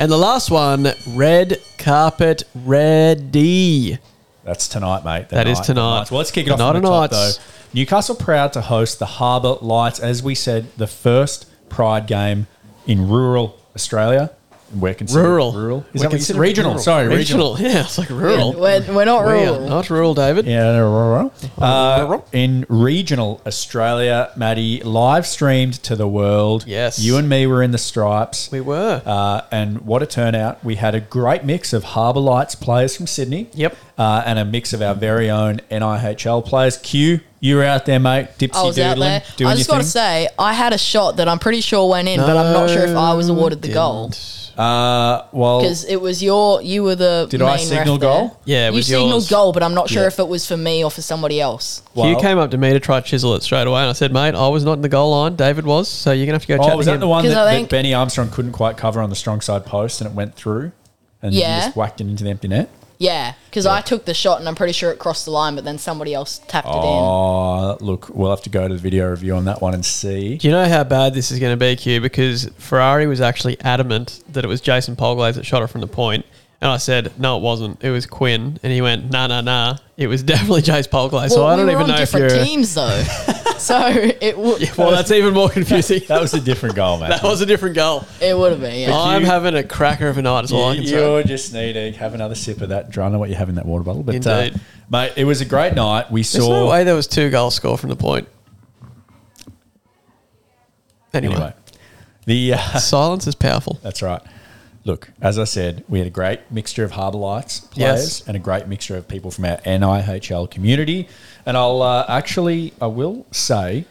[SPEAKER 1] And the last one, red carpet ready.
[SPEAKER 2] That's tonight, mate. The
[SPEAKER 1] That is
[SPEAKER 2] night, the
[SPEAKER 1] tonight.
[SPEAKER 2] nights. Well, let's kick it
[SPEAKER 1] The
[SPEAKER 2] off.
[SPEAKER 1] night
[SPEAKER 2] From the
[SPEAKER 1] of
[SPEAKER 2] top,
[SPEAKER 1] nights.
[SPEAKER 2] though. Newcastle proud to host the Harbour Lights, as we said, the first Pride game in rural Australia. We're considered
[SPEAKER 1] Rural.
[SPEAKER 2] Rural.
[SPEAKER 1] We're
[SPEAKER 2] Is that considered
[SPEAKER 4] considered
[SPEAKER 2] regional?
[SPEAKER 4] rural.
[SPEAKER 2] Sorry, regional.
[SPEAKER 1] Regional. Yeah, it's like rural.
[SPEAKER 3] We're, we're not
[SPEAKER 1] We
[SPEAKER 3] rural.
[SPEAKER 1] are not rural, David.
[SPEAKER 2] Yeah, rural. Uh,
[SPEAKER 1] Rural.
[SPEAKER 2] in regional Australia, Maddie live streamed to the world.
[SPEAKER 1] Yes.
[SPEAKER 2] you and me were in the stripes.
[SPEAKER 1] We were.
[SPEAKER 2] Uh, and what a turnout. We had a great mix of Harbour Lights players from Sydney.
[SPEAKER 1] Yep.
[SPEAKER 2] Uh, and a mix of our very own NIHL players. Q, you were out there, mate. Dipsy
[SPEAKER 3] I was
[SPEAKER 2] doodling.
[SPEAKER 3] out there.
[SPEAKER 2] Doing
[SPEAKER 3] I just
[SPEAKER 2] your
[SPEAKER 3] got to
[SPEAKER 2] thing.
[SPEAKER 3] say, I had a shot that I'm pretty sure went in, but I'm not sure if I was awarded the goal
[SPEAKER 1] Didn't.
[SPEAKER 2] Uh, well,
[SPEAKER 3] because it was your. You were the.
[SPEAKER 2] Did
[SPEAKER 3] main
[SPEAKER 2] I signal
[SPEAKER 3] ref there.
[SPEAKER 2] goal?
[SPEAKER 1] Yeah, it
[SPEAKER 3] you
[SPEAKER 1] was
[SPEAKER 3] signaled
[SPEAKER 1] yours.
[SPEAKER 3] goal, but I'm not sure
[SPEAKER 2] Yeah.
[SPEAKER 3] if it was for me or for somebody else.
[SPEAKER 2] well,
[SPEAKER 1] Q came up to me to try to chisel it straight away, and I said, "Mate, I was not in the goal line. David was, so you're gonna have to go
[SPEAKER 2] Oh,
[SPEAKER 1] chat
[SPEAKER 2] was
[SPEAKER 1] to
[SPEAKER 2] that
[SPEAKER 1] him."
[SPEAKER 2] the one that,
[SPEAKER 3] 'Cause I
[SPEAKER 2] that
[SPEAKER 3] think-
[SPEAKER 2] Benny Armstrong couldn't quite cover on the strong side post and it went through and he
[SPEAKER 3] Yeah.
[SPEAKER 2] just whacked it into the empty net?
[SPEAKER 3] Yeah, because I took the shot and I'm pretty sure it crossed the line, but then somebody else tapped it in.
[SPEAKER 2] Oh, look, we'll have to go to the video review on that one and see.
[SPEAKER 1] Do you know how bad this is going to be, Q? Because Ferrari was actually adamant that it was Jason Polglaze that shot it from the point. And I said, no, it wasn't. It was Quinn. And he went, nah, nah, nah. It was definitely Jason Polglaze. so I
[SPEAKER 3] we
[SPEAKER 1] don't
[SPEAKER 3] were
[SPEAKER 1] even
[SPEAKER 3] on
[SPEAKER 1] know if you're.
[SPEAKER 3] different teams though, so it would.
[SPEAKER 1] Well, that's even more confusing.
[SPEAKER 2] That was a different goal, man.
[SPEAKER 1] that was a different goal.
[SPEAKER 3] it would have been. Yeah.
[SPEAKER 1] I'm
[SPEAKER 2] you-
[SPEAKER 1] having a cracker of a night, is all I can
[SPEAKER 2] you,
[SPEAKER 1] say.
[SPEAKER 2] are just needing have another sip of that. I don't know what you have in that water bottle, but uh,
[SPEAKER 1] Indeed.
[SPEAKER 2] mate, it was a great night. We
[SPEAKER 1] There's no
[SPEAKER 2] saw
[SPEAKER 1] way there was two goals scored from the point. Anyway,
[SPEAKER 2] anyway. The uh,
[SPEAKER 1] silence is powerful.
[SPEAKER 2] that's right. Look, as I said, we had a great mixture of Harbour Lights players
[SPEAKER 1] Yes.
[SPEAKER 2] and a great mixture of people from our NIHL community. And I'll uh, actually, I will say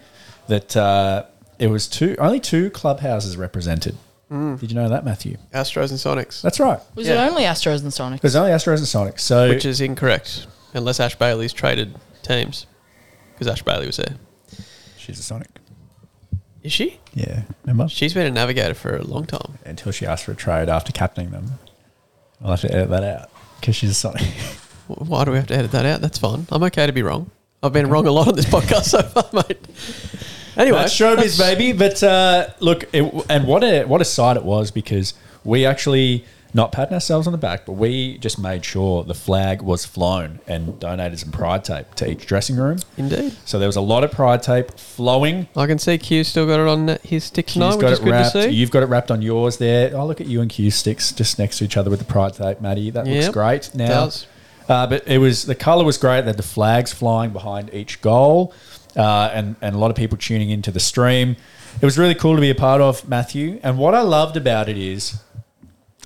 [SPEAKER 2] that uh, it was two only two clubhouses represented.
[SPEAKER 1] Mm.
[SPEAKER 2] Did you know that, Matthew?
[SPEAKER 1] Astros and Sonics,
[SPEAKER 2] That's right.
[SPEAKER 3] was
[SPEAKER 1] yeah.
[SPEAKER 3] it only Astros and Sonics?
[SPEAKER 2] There's only Astros and Sonics. So
[SPEAKER 1] which is incorrect, unless Ash Bailey's traded teams, because Ash Bailey was there.
[SPEAKER 2] she's a Sonic.
[SPEAKER 1] Is she?
[SPEAKER 2] Yeah, remember?
[SPEAKER 1] She's been a navigator for a long time.
[SPEAKER 2] until she asked for a trade after captaining them. I'll have to edit that out because she's Sonic.
[SPEAKER 1] Wh- Why do we have to edit that out? That's fine. I'm okay to be wrong. I've been wrong a lot on this podcast so far, mate. Anyway,
[SPEAKER 2] That's showbiz,
[SPEAKER 1] that's-
[SPEAKER 2] baby. But uh, look, it, and what a what a sight it was because we actually not patting ourselves on the back, but we just made sure the flag was flown and donated some pride tape to each dressing room.
[SPEAKER 1] Indeed.
[SPEAKER 2] So there was a lot of pride tape flowing.
[SPEAKER 1] I can see Q's still got it on his stick
[SPEAKER 2] Q's
[SPEAKER 1] tonight, which
[SPEAKER 2] got
[SPEAKER 1] is
[SPEAKER 2] it
[SPEAKER 1] good
[SPEAKER 2] wrapped.
[SPEAKER 1] to see.
[SPEAKER 2] You've got it wrapped on yours there. Oh, look at you and Q sticks just next to each other with the pride tape, Maddie. That looks
[SPEAKER 1] Yep,
[SPEAKER 2] great now.
[SPEAKER 1] does.
[SPEAKER 2] Uh, but it was the colour was great. They had the flags flying behind each goal, uh, and and a lot of people tuning into the stream. It was really cool to be a part of, Matthew. And what I loved about it is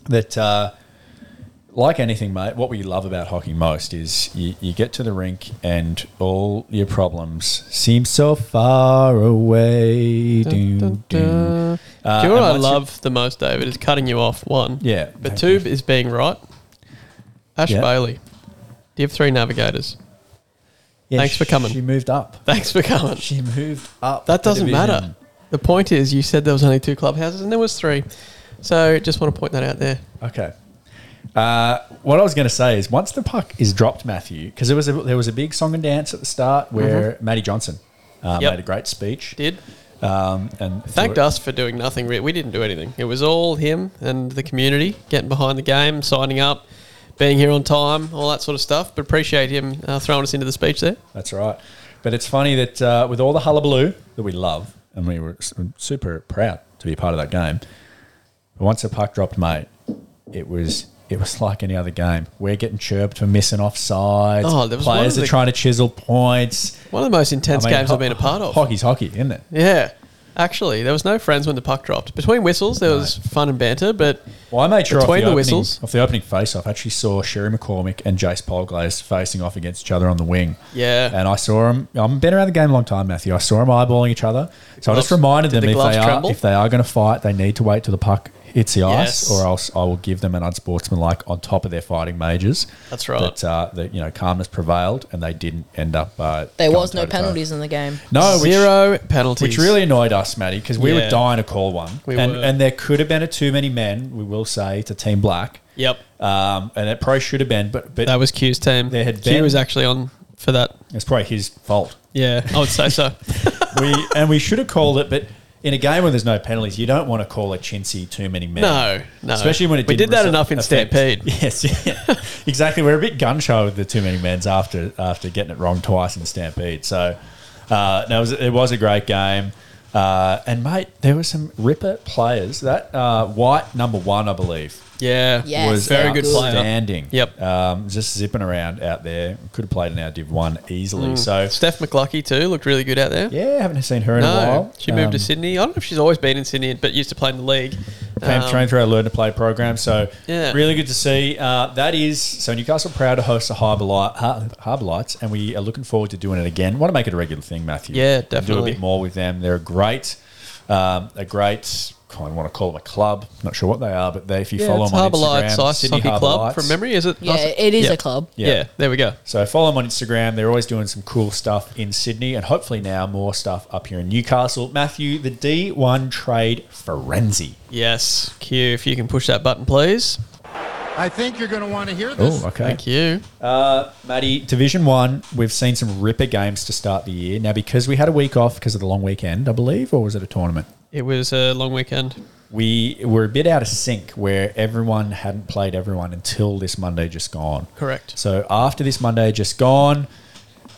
[SPEAKER 2] that, uh, like anything, mate, what we love about hockey most is you, you get to the rink and all your problems seem so far away.
[SPEAKER 1] Dun, dun,
[SPEAKER 2] Dun,
[SPEAKER 1] dun.
[SPEAKER 2] Uh,
[SPEAKER 1] Do you know what
[SPEAKER 2] and
[SPEAKER 1] I
[SPEAKER 2] once you-
[SPEAKER 1] love the most, David? Is cutting you off. One,
[SPEAKER 2] Yeah,
[SPEAKER 1] but
[SPEAKER 2] thank
[SPEAKER 1] two is being right. Ash
[SPEAKER 2] Yeah.
[SPEAKER 1] Bailey, Div Three Navigators.
[SPEAKER 2] Yeah,
[SPEAKER 1] Thanks for coming.
[SPEAKER 2] She moved up.
[SPEAKER 1] Thanks for coming.
[SPEAKER 2] She moved up.
[SPEAKER 1] That
[SPEAKER 2] the
[SPEAKER 1] doesn't
[SPEAKER 2] division.
[SPEAKER 1] matter. The point is, you said there was only two clubhouses, and there was three. So just want to point that out there.
[SPEAKER 2] Okay. Uh, what I was going to say is once the puck is dropped, Matthew, because there was a, there was a big song and dance at the start where Maddie Johnson uh,
[SPEAKER 1] Yep.
[SPEAKER 2] made a great speech.
[SPEAKER 1] Did
[SPEAKER 2] Um, and
[SPEAKER 1] thanked
[SPEAKER 2] thought-
[SPEAKER 1] us for doing nothing. re- We didn't do anything. It was all him and the community getting behind the game, signing up, being here on time, all that sort of stuff. But appreciate him uh, throwing us into the speech there.
[SPEAKER 2] That's right. But it's funny that uh, with all the hullabaloo that we love, and we were s- super proud to be a part of that game. But once the puck dropped, mate, it was it was like any other game. We're getting chirped for missing offsides.
[SPEAKER 1] Oh, there was one
[SPEAKER 2] Players
[SPEAKER 1] of
[SPEAKER 2] are
[SPEAKER 1] the-
[SPEAKER 2] trying to chisel points.
[SPEAKER 1] One of the most intense games
[SPEAKER 2] ho-
[SPEAKER 1] I've been a part of.
[SPEAKER 2] Hockey's hockey, isn't it?
[SPEAKER 1] Yeah. Actually, there was no friends when the puck dropped. Between whistles, there was fun and banter, but
[SPEAKER 2] Well, I made sure
[SPEAKER 1] Between
[SPEAKER 2] off the,
[SPEAKER 1] the
[SPEAKER 2] opening,
[SPEAKER 1] whistles.
[SPEAKER 2] off the opening face-off, I actually saw Sherry McCormick and Jace Polglaze facing off against each other on the wing.
[SPEAKER 1] Yeah.
[SPEAKER 2] and I saw them. I've been around the game a long time, Matthew. I saw them eyeballing each other, so I just
[SPEAKER 1] gloves-
[SPEAKER 2] reminded
[SPEAKER 1] did
[SPEAKER 2] them
[SPEAKER 1] the
[SPEAKER 2] if
[SPEAKER 1] gloves
[SPEAKER 2] they
[SPEAKER 1] tremble?
[SPEAKER 2] are if they are going to fight, they need to wait till the puck hits the
[SPEAKER 1] Yes.
[SPEAKER 2] ice, or else I will give them an unsportsmanlike on top of their fighting majors.
[SPEAKER 1] That's right.
[SPEAKER 2] That, uh, that you know, calmness prevailed, and they didn't end up. Uh,
[SPEAKER 3] There
[SPEAKER 2] going
[SPEAKER 3] was no
[SPEAKER 2] toe-to-toe.
[SPEAKER 3] penalties in the game.
[SPEAKER 2] No, Oh, which-
[SPEAKER 1] zero penalties.
[SPEAKER 2] which really annoyed us, Matty, because we
[SPEAKER 1] Yeah.
[SPEAKER 2] were dying to call one,
[SPEAKER 1] We
[SPEAKER 2] and,
[SPEAKER 1] were.
[SPEAKER 2] and there could have been a too many men. We will say to Team Black.
[SPEAKER 1] Yep.
[SPEAKER 2] Um, and it probably should have been, but but
[SPEAKER 1] That was Q's team.
[SPEAKER 2] There had
[SPEAKER 1] Q
[SPEAKER 2] been-
[SPEAKER 1] was actually on for that.
[SPEAKER 2] it's probably his fault.
[SPEAKER 1] Yeah, I would say so.
[SPEAKER 2] we and we should have called it, but in a game where there's no penalties, you don't want to call a chintzy too many men.
[SPEAKER 1] No, no.
[SPEAKER 2] Especially when it
[SPEAKER 1] We
[SPEAKER 2] didn't
[SPEAKER 1] did that
[SPEAKER 2] resi-
[SPEAKER 1] enough in
[SPEAKER 2] affect-
[SPEAKER 1] Stampede.
[SPEAKER 2] Yes, yeah. exactly. We're a bit gun shy with the too many men's after after getting it wrong twice in Stampede. So uh, no, it was, it was a great game. Uh, and mate, there were some ripper players. That uh, White number one, I believe,
[SPEAKER 1] Yeah.
[SPEAKER 3] Yes,
[SPEAKER 2] was
[SPEAKER 1] very good player.
[SPEAKER 2] outstanding.
[SPEAKER 1] Yep.
[SPEAKER 2] um, just zipping around out there. Could have played in our Div One easily.
[SPEAKER 1] Mm.
[SPEAKER 2] So
[SPEAKER 1] Steph McLucky too looked really good out there.
[SPEAKER 2] yeah, haven't seen her in a
[SPEAKER 1] No,
[SPEAKER 2] while.
[SPEAKER 1] she moved to
[SPEAKER 2] Um,
[SPEAKER 1] Sydney. I don't know if she's always been in Sydney, but used to play in the league.
[SPEAKER 2] Came,
[SPEAKER 1] Um,
[SPEAKER 2] trained through our Learn to Play program. So
[SPEAKER 1] Yeah.
[SPEAKER 2] really good to see. Uh, that is so Newcastle proud to host the Harbour, Light, Har- Harbour Lights, and we are looking forward to doing it again. Want to make it a regular thing, Matthew?
[SPEAKER 1] Yeah,
[SPEAKER 2] And Do
[SPEAKER 1] definitely.
[SPEAKER 2] a bit more with them. They're a great, um, a great. I kind of want to call them a club. Not sure what they are, but they, if you
[SPEAKER 1] yeah,
[SPEAKER 2] follow
[SPEAKER 1] it's
[SPEAKER 2] them on
[SPEAKER 1] Harbour
[SPEAKER 2] Instagram,
[SPEAKER 1] Lights Ice
[SPEAKER 2] Sydney
[SPEAKER 1] Hockey
[SPEAKER 2] Harbour
[SPEAKER 1] Club
[SPEAKER 2] Lights.
[SPEAKER 1] from memory, is it?
[SPEAKER 3] Yeah,
[SPEAKER 1] Ice-
[SPEAKER 3] it is
[SPEAKER 1] Yeah.
[SPEAKER 3] a club.
[SPEAKER 1] Yeah. there we go.
[SPEAKER 2] So follow them on Instagram. They're always doing some cool stuff in Sydney, and hopefully now more stuff up here in Newcastle. Matthew, the D1 trade frenzy.
[SPEAKER 1] Yes, Q. If you can push that button, please.
[SPEAKER 4] I think you're going to want to hear this.
[SPEAKER 2] Oh, okay.
[SPEAKER 1] Thank you.
[SPEAKER 2] Uh, Matty, Division One, we've seen some ripper games to start the year. Now, because we had a week off because of the long weekend, I believe, or was it a tournament?
[SPEAKER 1] It was a long weekend.
[SPEAKER 2] We were a bit out of sync where everyone hadn't played everyone until this Monday just gone.
[SPEAKER 1] Correct.
[SPEAKER 2] So after this Monday just gone,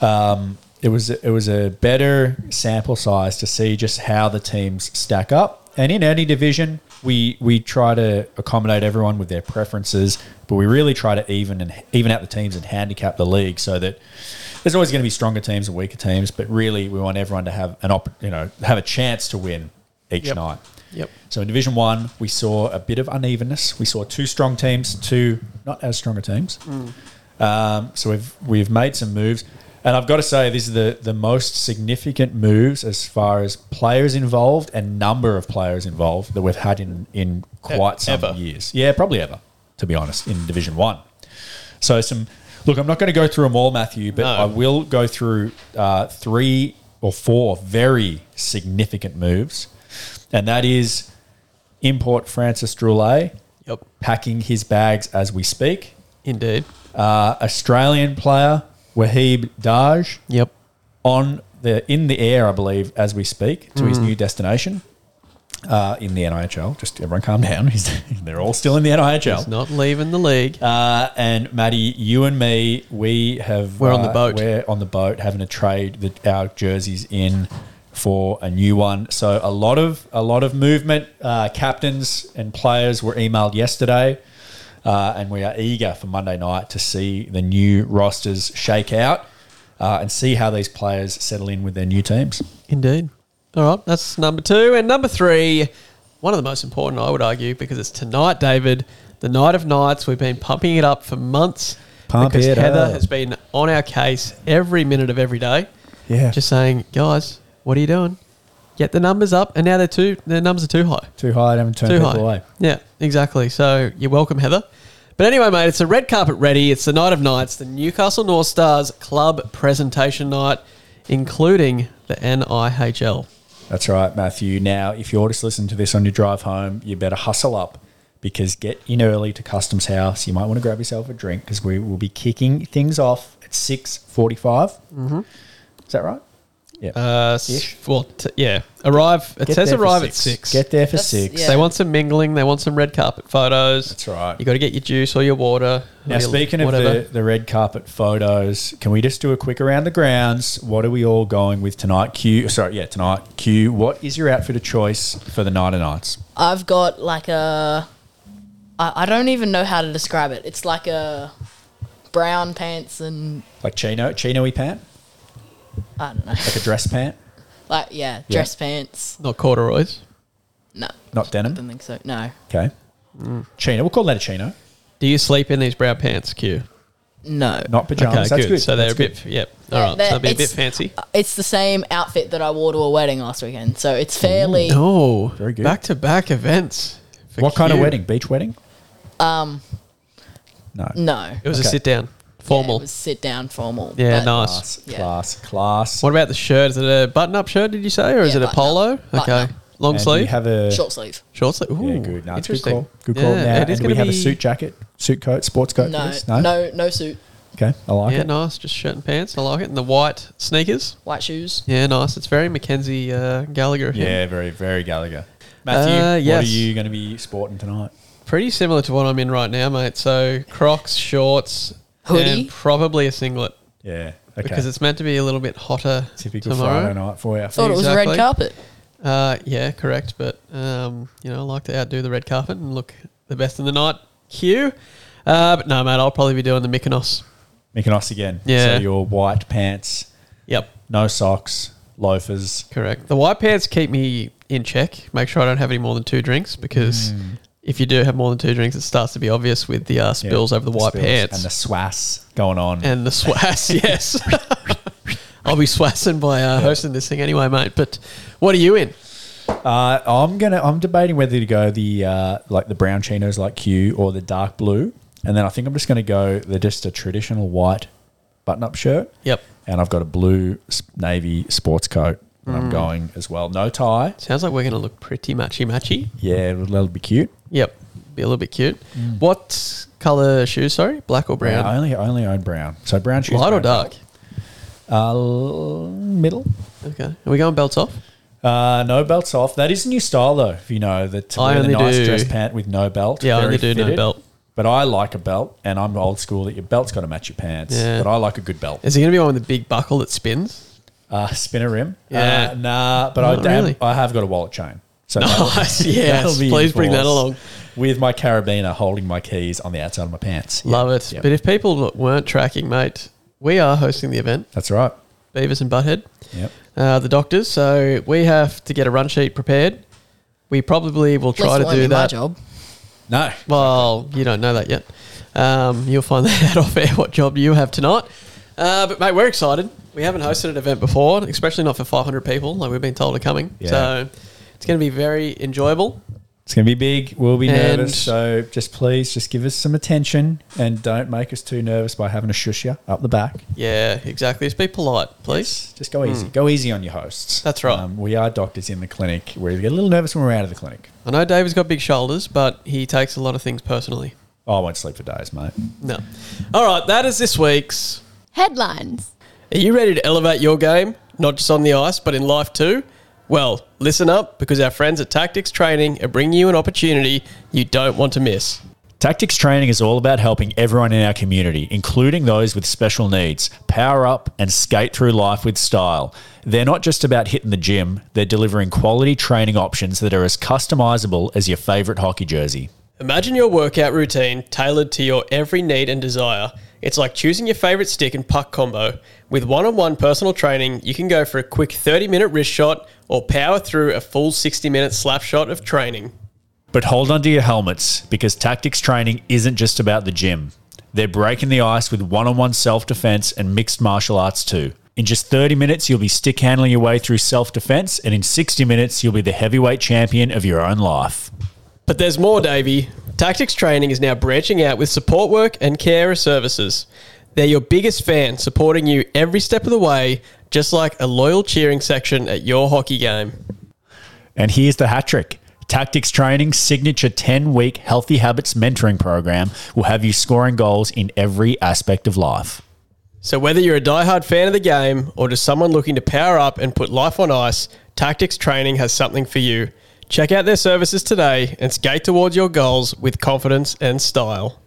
[SPEAKER 2] um, it was it was a better sample size to see just how the teams stack up. And in any division, we we try to accommodate everyone with their preferences, but we really try to even and even out the teams and handicap the league so that there's always going to be stronger teams and weaker teams. But really, we want everyone to have an op- you know have a chance to win each
[SPEAKER 1] Yep.
[SPEAKER 2] night.
[SPEAKER 1] Yep.
[SPEAKER 2] So in Division One, we saw a bit of unevenness. We saw two strong teams, two not as stronger teams.
[SPEAKER 1] Mm.
[SPEAKER 2] Um, so we've we've made some moves, and I've got to say these are the the most significant moves as far as players involved and number of players involved that we've had in in quite some
[SPEAKER 1] E-, Ever.
[SPEAKER 2] years. Yeah, probably ever, to be honest, in Division One. So some look, I'm not going to go through them all, Matthew, but
[SPEAKER 1] No.
[SPEAKER 2] I will go through uh, three or four very significant moves, and that is import Francis Droulet,
[SPEAKER 1] Yep.
[SPEAKER 2] packing his bags as we speak.
[SPEAKER 1] Indeed.
[SPEAKER 2] Uh, Australian player Wahib Daj
[SPEAKER 1] Yep.
[SPEAKER 2] on the in the air, I believe, as we speak, to his new destination uh, in the NIHL. Just everyone, calm down. He's, they're all still in the
[SPEAKER 1] It's
[SPEAKER 2] NIHL.
[SPEAKER 1] not leaving the league.
[SPEAKER 2] Uh, and Maddie, you and me, we have
[SPEAKER 1] We're on
[SPEAKER 2] uh,
[SPEAKER 1] the boat.
[SPEAKER 2] We're on the boat having to trade the, our jerseys in for a new one. So a lot of a lot of movement. Uh, captains and players were emailed yesterday, uh, and we are eager for Monday night to see the new rosters shake out uh, and see how these players settle in with their new teams.
[SPEAKER 1] Indeed. All right, that's number two. And number three, one of the most important, I would argue, because it's tonight, David, the night of nights. We've been pumping it up for months.
[SPEAKER 2] Pump
[SPEAKER 1] because
[SPEAKER 2] it
[SPEAKER 1] Heather
[SPEAKER 2] up.
[SPEAKER 1] has been on our case every minute of every day.
[SPEAKER 2] Yeah.
[SPEAKER 1] Just saying, guys, what are you doing? Get the numbers up. And now they're too, their numbers are too high.
[SPEAKER 2] Too high, I haven't turned
[SPEAKER 1] Too
[SPEAKER 2] people
[SPEAKER 1] high.
[SPEAKER 2] away.
[SPEAKER 1] Yeah, exactly. So you're welcome, Heather. But anyway, mate, it's a red carpet ready. It's the night of nights, the Newcastle North Stars club presentation night, including the NIHL.
[SPEAKER 2] That's right, Matthew. Now, if you're just listening to this on your drive home, you better hustle up because get in early to Customs House. You might want to grab yourself a drink because we will be kicking things off at six Mm-hmm. Is that right? Yeah.
[SPEAKER 1] Uh, s-
[SPEAKER 2] Ish.
[SPEAKER 1] Well, t- yeah. Arrive. It
[SPEAKER 2] Get
[SPEAKER 1] says
[SPEAKER 2] there for
[SPEAKER 1] arrive at six.
[SPEAKER 2] Get there for
[SPEAKER 3] That's-
[SPEAKER 2] six.
[SPEAKER 3] yeah.
[SPEAKER 1] They want some mingling. They want some red carpet photos.
[SPEAKER 2] That's right.
[SPEAKER 1] You got to get your juice or your water. or
[SPEAKER 2] Now,
[SPEAKER 1] your
[SPEAKER 2] speaking of
[SPEAKER 1] whatever.
[SPEAKER 2] the, the red carpet photos, can we just do a quick around the grounds? What are we all going with tonight? Q, sorry, yeah, tonight. Q, what is your outfit of choice for the night of nights?
[SPEAKER 3] I've got like a. I, I don't even know how to describe it. It's like a brown pants and
[SPEAKER 2] Like chino, chino-y pant?
[SPEAKER 3] I don't know,
[SPEAKER 2] Like a dress pant?
[SPEAKER 3] like yeah, dress pants.
[SPEAKER 1] not corduroys,
[SPEAKER 3] No,
[SPEAKER 1] Hmm?
[SPEAKER 2] Not
[SPEAKER 3] I
[SPEAKER 2] denim?
[SPEAKER 3] don't think so. No,
[SPEAKER 2] Okay. Chino. We'll call that a chino.
[SPEAKER 1] do you sleep in these brown pants? Q.
[SPEAKER 3] no.
[SPEAKER 2] Not pajamas.
[SPEAKER 1] Okay,
[SPEAKER 2] That's
[SPEAKER 1] good.
[SPEAKER 2] good.
[SPEAKER 1] So they're
[SPEAKER 2] That's
[SPEAKER 1] a
[SPEAKER 2] good.
[SPEAKER 1] bit. Yep.
[SPEAKER 3] Yeah,
[SPEAKER 1] All right.
[SPEAKER 3] they're-
[SPEAKER 1] So they'll be a bit
[SPEAKER 3] it's-
[SPEAKER 1] fancy.
[SPEAKER 3] It's the same outfit that I wore to a wedding last weekend, so it's fairly.
[SPEAKER 1] No.
[SPEAKER 2] Very good.
[SPEAKER 1] Back to back events. for
[SPEAKER 2] What kind of
[SPEAKER 1] Q.
[SPEAKER 2] wedding? Beach wedding? Um, no.
[SPEAKER 3] No,
[SPEAKER 1] It was
[SPEAKER 2] Okay.
[SPEAKER 1] a sit down,
[SPEAKER 3] Yeah, it
[SPEAKER 1] formal.
[SPEAKER 3] was sit down formal.
[SPEAKER 1] Yeah,
[SPEAKER 3] but-
[SPEAKER 1] nice.
[SPEAKER 2] Class,
[SPEAKER 3] Yeah.
[SPEAKER 2] class, class.
[SPEAKER 1] What about the shirt? Is it a button up shirt? Did you say, or is
[SPEAKER 3] Yeah,
[SPEAKER 1] it a
[SPEAKER 3] button-up.
[SPEAKER 1] polo?
[SPEAKER 3] Button-up.
[SPEAKER 1] Okay. Long
[SPEAKER 2] And
[SPEAKER 1] sleeve.
[SPEAKER 2] We have a
[SPEAKER 3] Short sleeve.
[SPEAKER 1] Short sleeve. Ooh,
[SPEAKER 2] Yeah, good. No, it's a good
[SPEAKER 1] interesting.
[SPEAKER 2] call. Good call.
[SPEAKER 1] Yeah,
[SPEAKER 2] now.
[SPEAKER 1] it is
[SPEAKER 2] and we
[SPEAKER 1] gonna
[SPEAKER 2] have a
[SPEAKER 1] be-
[SPEAKER 2] suit jacket, suit coat, sports coat. for
[SPEAKER 3] No,
[SPEAKER 2] this?
[SPEAKER 3] no, no, suit,
[SPEAKER 2] Okay, I like
[SPEAKER 1] yeah,
[SPEAKER 2] it.
[SPEAKER 1] nice. Just shirt and pants. I like it. And the white sneakers.
[SPEAKER 3] white shoes.
[SPEAKER 1] Yeah, nice. It's very Mackenzie uh, Gallagher. of him.
[SPEAKER 2] Yeah, very, very Gallagher.
[SPEAKER 1] Uh,
[SPEAKER 2] Matthew, what
[SPEAKER 1] yes.
[SPEAKER 2] are you going to be sporting tonight?
[SPEAKER 1] Pretty similar to what I'm in right now, mate. So Crocs, shorts,
[SPEAKER 3] Hoodie?
[SPEAKER 1] and probably a singlet
[SPEAKER 2] Yeah, okay.
[SPEAKER 1] because it's meant to be a little bit hotter
[SPEAKER 2] typical
[SPEAKER 1] tomorrow.
[SPEAKER 2] Friday night for our
[SPEAKER 3] Thought it was a red
[SPEAKER 1] Exactly.
[SPEAKER 3] carpet.
[SPEAKER 1] Uh, yeah, correct. But um, you know, I like to outdo the red carpet and look the best in the night. Q. Uh, but no, mate, I'll probably be doing the Mykonos.
[SPEAKER 2] Mykonos again.
[SPEAKER 1] Yeah.
[SPEAKER 2] So your white pants,
[SPEAKER 1] Yep,
[SPEAKER 2] no socks, loafers.
[SPEAKER 1] correct. The white pants keep me in check. Make sure I don't have any more than two drinks because if you do have more than two drinks, it starts to be obvious with the uh,
[SPEAKER 2] Hmm. yeah,
[SPEAKER 1] spills over the, white
[SPEAKER 2] spills
[SPEAKER 1] pants
[SPEAKER 2] And the swass going on.
[SPEAKER 1] and the swass. yes, I'll be swassing by uh, hosting this thing anyway, mate. But what are you in?
[SPEAKER 2] Uh, I'm gonna. I'm debating whether to go the uh, like the brown chinos like Q or the dark blue, and then I think I'm just gonna go the just a traditional white button-up shirt.
[SPEAKER 1] Yep,
[SPEAKER 2] And I've got a blue s- navy sports coat. And
[SPEAKER 1] Mm.
[SPEAKER 2] I'm going as well. No tie.
[SPEAKER 1] sounds like we're going to look pretty matchy matchy.
[SPEAKER 2] Yeah, that'll be cute.
[SPEAKER 1] Yep. Be a little bit cute. What color shoes? Sorry, black or brown?
[SPEAKER 2] Mm. Yeah, I only I only own brown. So brown shoes.
[SPEAKER 1] Light or
[SPEAKER 2] brown
[SPEAKER 1] dark?
[SPEAKER 2] belt. Uh, middle.
[SPEAKER 1] Okay. Are we going belts off?
[SPEAKER 2] Uh, no belts off. That is a new style though. If you know that to
[SPEAKER 1] I
[SPEAKER 2] wear the
[SPEAKER 1] only
[SPEAKER 2] nice
[SPEAKER 1] do-
[SPEAKER 2] dress pant with no belt.
[SPEAKER 1] Yeah, I
[SPEAKER 2] very
[SPEAKER 1] only do no belt.
[SPEAKER 2] But I like a belt, and I'm old school that your belt's got to match your pants.
[SPEAKER 1] Yeah.
[SPEAKER 2] But I like a good belt.
[SPEAKER 1] Is it going to be one with the big buckle that spins?
[SPEAKER 2] Uh, spinner rim.
[SPEAKER 1] Yeah.
[SPEAKER 2] Uh, nah, but
[SPEAKER 1] Not
[SPEAKER 2] I damn,
[SPEAKER 1] really.
[SPEAKER 2] I have got a wallet chain. So
[SPEAKER 1] Nice.
[SPEAKER 2] that'll-
[SPEAKER 1] Yes.
[SPEAKER 2] that'll be
[SPEAKER 1] Please
[SPEAKER 2] in
[SPEAKER 1] bring that
[SPEAKER 2] force
[SPEAKER 1] along.
[SPEAKER 2] With my carabiner holding my keys on the outside of my pants. Yeah.
[SPEAKER 1] Love it.
[SPEAKER 2] Yeah.
[SPEAKER 1] But if people that weren't tracking, mate, we are hosting the event,
[SPEAKER 2] That's right.
[SPEAKER 1] Beavers and Butthead,
[SPEAKER 2] Yep.
[SPEAKER 1] uh, the doctors. So we have to get a run sheet prepared. We probably will
[SPEAKER 3] At least
[SPEAKER 1] try
[SPEAKER 3] it
[SPEAKER 1] to
[SPEAKER 3] won't
[SPEAKER 1] do
[SPEAKER 3] be My
[SPEAKER 1] that.
[SPEAKER 3] job.
[SPEAKER 2] No.
[SPEAKER 1] Well, you don't know that yet. Um, you'll find that out off air what job you have tonight. Uh, but mate, we're excited. We haven't hosted an event before, especially not for 500 people, like we've been told are coming.
[SPEAKER 2] Yeah.
[SPEAKER 1] So it's going to be very enjoyable.
[SPEAKER 2] It's gonna be big. We'll be
[SPEAKER 1] And-
[SPEAKER 2] nervous. So just please, just give us some attention, and don't make us too nervous by having a shush you up the back.
[SPEAKER 1] Yeah, exactly. Just be polite, please.
[SPEAKER 2] Just go easy. Go easy on your hosts.
[SPEAKER 1] Hmm. That's right.
[SPEAKER 5] Um,
[SPEAKER 2] we are doctors in the clinic. We get a little nervous when we're out of the clinic.
[SPEAKER 1] I know David's got big shoulders, but he takes a lot of things personally.
[SPEAKER 2] Oh, I won't sleep for days, mate.
[SPEAKER 1] No. All right, that is this week's.
[SPEAKER 6] Headlines.
[SPEAKER 1] Are you ready to elevate your game, not just on the ice, but in life too? Well, listen up because our friends at Tactics Training are bringing you an opportunity you don't want to miss.
[SPEAKER 5] Tactics training is all about helping everyone in our community, including those with special needs, power up and skate through life with style. They're not just about hitting the gym, they're delivering quality training options that are as customizable as your favorite hockey jersey.
[SPEAKER 1] Imagine your workout routine tailored to your every need and desire. It's like choosing your favorite stick and puck combo. With one on one personal training, you can go for a quick 30 minute wrist shot or power through a full 60 minute slap shot of training.
[SPEAKER 5] But hold on to your helmets because tactics training isn't just about the gym. They're breaking the ice with one on one self defense and mixed martial arts too. In just 30 minutes, you'll be stick handling your way through self defense, and in 60 minutes, you'll be the heavyweight champion of your own life.
[SPEAKER 1] But there's more, Davey. Tactics Training is now branching out with support work and carer services. They're your biggest fan, supporting you every step of the way, just like a loyal cheering section at your hockey game.
[SPEAKER 5] And here's the hat trick Tactics Training's signature 10 week Healthy Habits mentoring program will have you scoring goals in every aspect of life.
[SPEAKER 1] So, whether you're a diehard fan of the game or just someone looking to power up and put life on ice, Tactics Training has something for you. Check out their services today and skate towards your goals with confidence and style.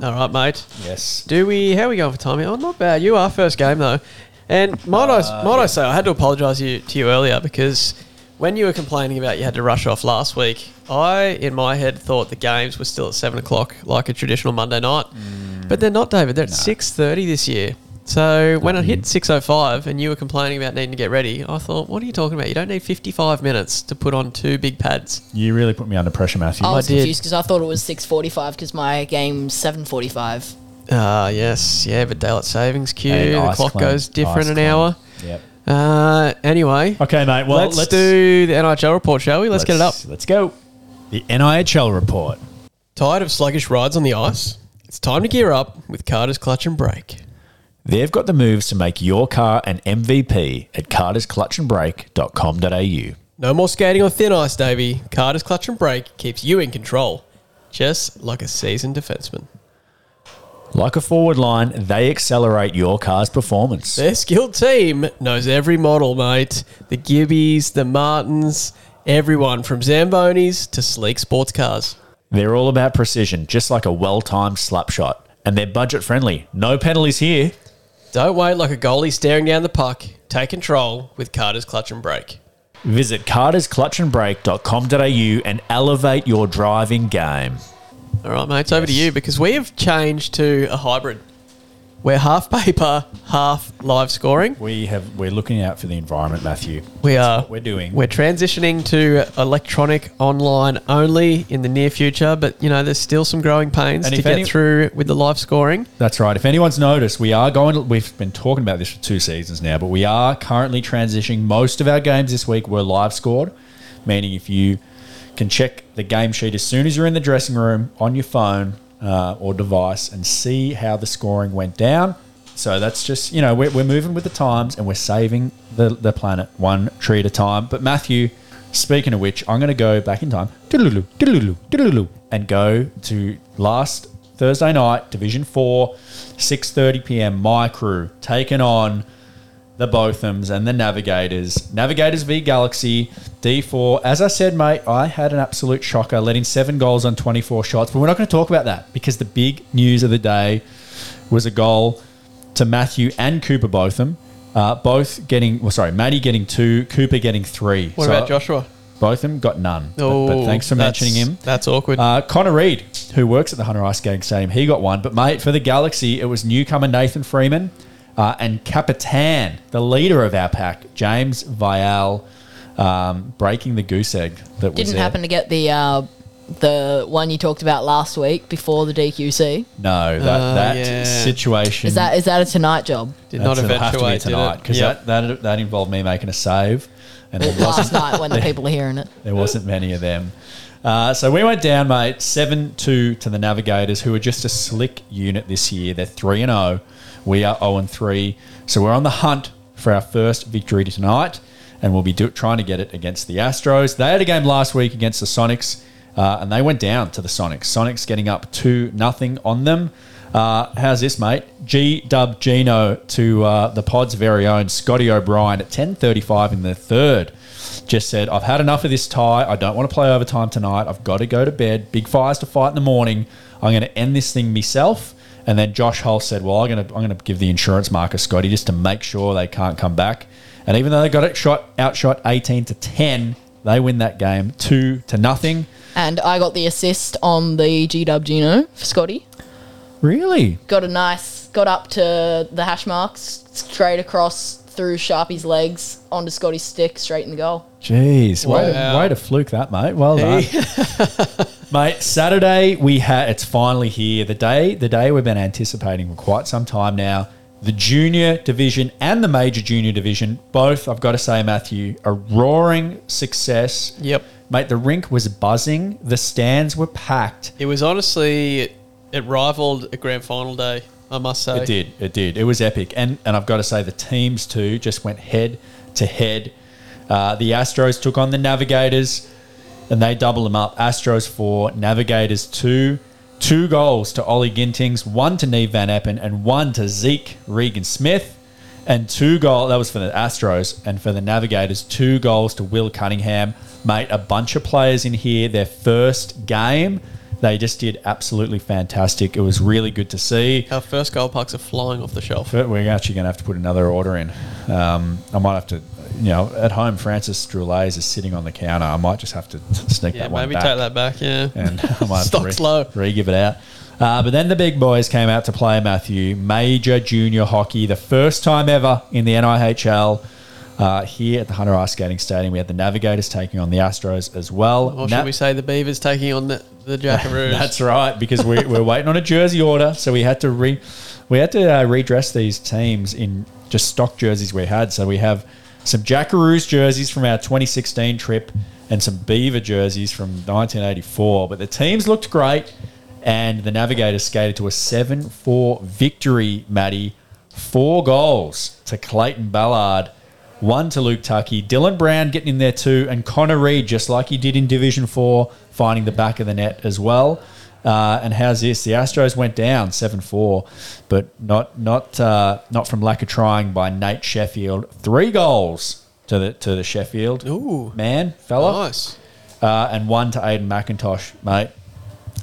[SPEAKER 1] All right, mate.
[SPEAKER 2] Yes.
[SPEAKER 1] Do we? How are we going for time? here? Oh, not bad. You are first game though, and might I might I say I had to apologise you, to you earlier because when you were complaining about you had to rush off last week, I in my head thought the games were still at seven o'clock like a traditional Monday night, but they're not, David. They're at six thirty this year. So when it hit six oh five and you were complaining about needing to get ready, I thought, what are you talking about? You don't need fifty five minutes to put on two big pads.
[SPEAKER 2] You really put me under pressure, Matthew.
[SPEAKER 3] I was
[SPEAKER 1] did.
[SPEAKER 3] confused because I thought it was six forty-five because my game's seven forty-five.
[SPEAKER 1] Ah, yes, yeah, but daylight savings cue,
[SPEAKER 2] And
[SPEAKER 1] the
[SPEAKER 2] ice
[SPEAKER 1] clock
[SPEAKER 2] climb,
[SPEAKER 1] goes different
[SPEAKER 2] ice
[SPEAKER 1] an
[SPEAKER 2] climb.
[SPEAKER 1] hour.
[SPEAKER 2] Yep.
[SPEAKER 1] Uh, anyway,
[SPEAKER 5] Okay, mate. Well,
[SPEAKER 1] let's, do the NHL report, shall we? Let's, get it up.
[SPEAKER 5] Let's go. The NIHL report.
[SPEAKER 1] Tired of sluggish rides on the ice? It's time to gear up with Carter's clutch and brake.
[SPEAKER 5] They've got the moves to make your car an MVP at cartersclutchandbrake.com.au.
[SPEAKER 1] No more skating on thin ice, Davey. Carter's clutch and brake keeps you in control, just like a seasoned defenseman.
[SPEAKER 5] Like a forward line, they accelerate your car's performance.
[SPEAKER 1] Their skilled team knows every model, mate. The Gibbies, the Martins, everyone from Zambonis to sleek sports cars.
[SPEAKER 5] They're all about precision, just like a well timed slap shot. And they're budget friendly. No penalties here.
[SPEAKER 1] Don't wait like a goalie staring down the puck. Take control with Carter's clutch and brake.
[SPEAKER 5] Visit cartersclutchandbrake.com.au and elevate your driving game.
[SPEAKER 1] All right, mate, it's over to you because we have changed to a hybrid. We're half paper, half live scoring.
[SPEAKER 2] We have we're looking out for the environment, Matthew.
[SPEAKER 1] We are.
[SPEAKER 2] what we're doing.
[SPEAKER 1] We're transitioning to electronic online only in the near future, but you know there's still some growing pains
[SPEAKER 2] And
[SPEAKER 1] to
[SPEAKER 2] if
[SPEAKER 1] get
[SPEAKER 2] any-
[SPEAKER 1] through with the live scoring.
[SPEAKER 2] That's right. If anyone's noticed, we are going. We've been talking about this for two seasons now, but we are currently transitioning. Most of our games this week were live scored, meaning if you can check the game sheet as soon as you're in the dressing room on your phone uh, or device and see how the scoring went down. So that's just you know we're, we're moving with the times and we're saving the the planet one tree at a time. But Matthew, speaking of which, I'm going to go back in time, doodaloo, doodaloo, doodaloo, and go to last Thursday night, Division Four, six thirty PM. My crew taking on the Bothams and the Navigators. Navigators v Galaxy D4. As I said, mate, I had an absolute shocker, letting seven goals on 24 shots. But we're not going to talk about that because the big news of the day was a goal to Matthew and Cooper Botham. Uh, both getting, well, sorry, Maddie getting two, Cooper getting three.
[SPEAKER 1] What
[SPEAKER 2] So
[SPEAKER 1] about Joshua?
[SPEAKER 2] Botham got none. But-
[SPEAKER 1] Oh,
[SPEAKER 2] but thanks for
[SPEAKER 1] that's-
[SPEAKER 2] mentioning him.
[SPEAKER 1] That's awkward.
[SPEAKER 2] Uh, Connor Reed, who works at the Hunter Ice Gang Stadium, he got one. But mate, for the Galaxy, it was newcomer Nathan Freeman uh, and Capitan, the leader of our pack, James Vial, um, breaking the goose egg that was
[SPEAKER 3] Didn't
[SPEAKER 2] there.
[SPEAKER 3] happen to get the uh, the one you talked about last week before the DQC.
[SPEAKER 2] No, that,
[SPEAKER 1] Oh,
[SPEAKER 2] that
[SPEAKER 1] yeah.
[SPEAKER 2] situation
[SPEAKER 3] Is that is that a tonight job?
[SPEAKER 1] did not
[SPEAKER 2] that's- it'll have to be
[SPEAKER 1] eventuate
[SPEAKER 2] tonight because
[SPEAKER 1] Yep.
[SPEAKER 2] that, that that involved me making a save, and there wasn't
[SPEAKER 3] Last night when the people are hearing it.
[SPEAKER 2] There wasn't many of them. Uh, so we went down, mate, 7 2 to the Navigators, who are just a slick unit this year. They're 3 and 0. We are 0 and 3. So we're on the hunt for our first victory tonight, and we'll be do- trying to get it against the Astros. They had a game last week against the Sonics, uh, and they went down to the Sonics. Sonics getting up 2 nothing on them. Uh, how's this, mate? G Dub Gino to uh, the pod's very own Scotty O'Brien at 10.35 in the third just said, I've had enough of this tie. I don't want to play overtime tonight. I've got to go to bed. Big fires to fight in the morning. I'm going to end this thing myself. And then Josh Hull said, Well, I'm going to, I'm going to give the insurance marker Scotty just to make sure they can't come back. And even though they got it shot, outshot 18 to 10, they win that game two to nothing.
[SPEAKER 3] And I got the assist on the G Dub Gino for Scotty.
[SPEAKER 2] Really?
[SPEAKER 3] Got a nice, got up to the hash marks, straight across through Sharpie's legs onto Scotty's stick, straight in the goal.
[SPEAKER 2] Jeez, way, to,
[SPEAKER 1] Wow.
[SPEAKER 2] way to fluke that, mate. Well done.
[SPEAKER 1] Hey.
[SPEAKER 2] Mate, Saturday we had it's finally here. The day the day we've been anticipating for quite some time now. The junior division and the major junior division, both I've got to say, Matthew, a roaring success.
[SPEAKER 1] Yep.
[SPEAKER 2] Mate, the rink was buzzing. The stands were packed.
[SPEAKER 1] It was honestly it rivaled a grand final day. I must say.
[SPEAKER 2] It did. It did. It was epic. And and I've got to say the teams too just went head to head. Uh, the Astros took on the Navigators, and they double them up. Astros four, Navigators two, two goals to Ollie Gintings, one to Neve Van Appen, and one to Zeke Regan Smith, and two goal. That was for the Astros, and for the Navigators, two goals to Will Cunningham. Mate, a bunch of players in here. Their first game. They just did absolutely fantastic. It was really good to see.
[SPEAKER 1] Our first goal pucks are flying off the shelf.
[SPEAKER 2] But we're actually going to have to put another order in. Um, I might have to, you know, at home Francis Droulet is sitting on the counter. I might just have to sneak
[SPEAKER 1] Yeah,
[SPEAKER 2] that one
[SPEAKER 1] maybe
[SPEAKER 2] back.
[SPEAKER 1] take that back. Yeah.
[SPEAKER 2] And I might have to
[SPEAKER 1] Stock's low.
[SPEAKER 2] re give it out. Uh, but then the big boys came out to play Matthew major junior hockey, the first time ever in the NIHL. Uh, here at the Hunter Ice Skating Stadium, we had the Navigators taking on the Astros as well.
[SPEAKER 1] Or
[SPEAKER 2] Nat-
[SPEAKER 1] should we say the Beavers taking on the, the Jackaroos?
[SPEAKER 2] that's right, because we, we're waiting on a jersey order, so we had to re, we had to uh, redress these teams in just stock jerseys we had. So we have some Jackaroos jerseys from our 2016 trip and some Beaver jerseys from 1984. But the teams looked great, and the Navigators skated to a 7-4 victory. Maddie, four goals to Clayton Ballard. One to Luke Tucky, Dylan Brown getting in there too, and Connor Reed, just like he did in Division Four, finding the back of the net as well. Uh, and how's this? The Astros went down seven four, but not not uh, not from lack of trying by Nate Sheffield. Three goals to the to the Sheffield
[SPEAKER 1] Ooh.
[SPEAKER 2] man fella,
[SPEAKER 1] nice.
[SPEAKER 2] uh, and one to Aiden McIntosh, mate.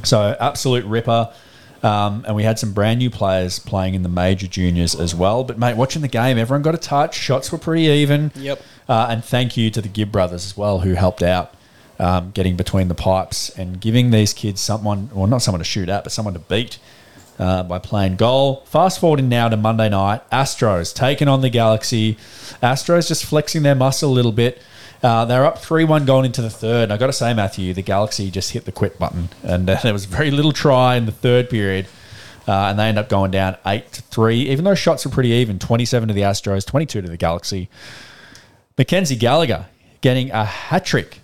[SPEAKER 2] So absolute ripper. Um, and we had some brand new players playing in the major juniors as well. But mate, watching the game, everyone got a touch. Shots were pretty even.
[SPEAKER 1] Yep.
[SPEAKER 2] Uh, and thank you to the Gibb brothers as well, who helped out um, getting between the pipes and giving these kids someone, well, not someone to shoot at, but someone to beat uh, by playing goal. Fast forwarding now to Monday night, Astros taking on the Galaxy. Astros just flexing their muscle a little bit. Uh, they're up 3 1 going into the third. And i got to say, Matthew, the Galaxy just hit the quit button. And uh, there was very little try in the third period. Uh, and they end up going down 8 to 3, even though shots were pretty even 27 to the Astros, 22 to the Galaxy. Mackenzie Gallagher getting a hat trick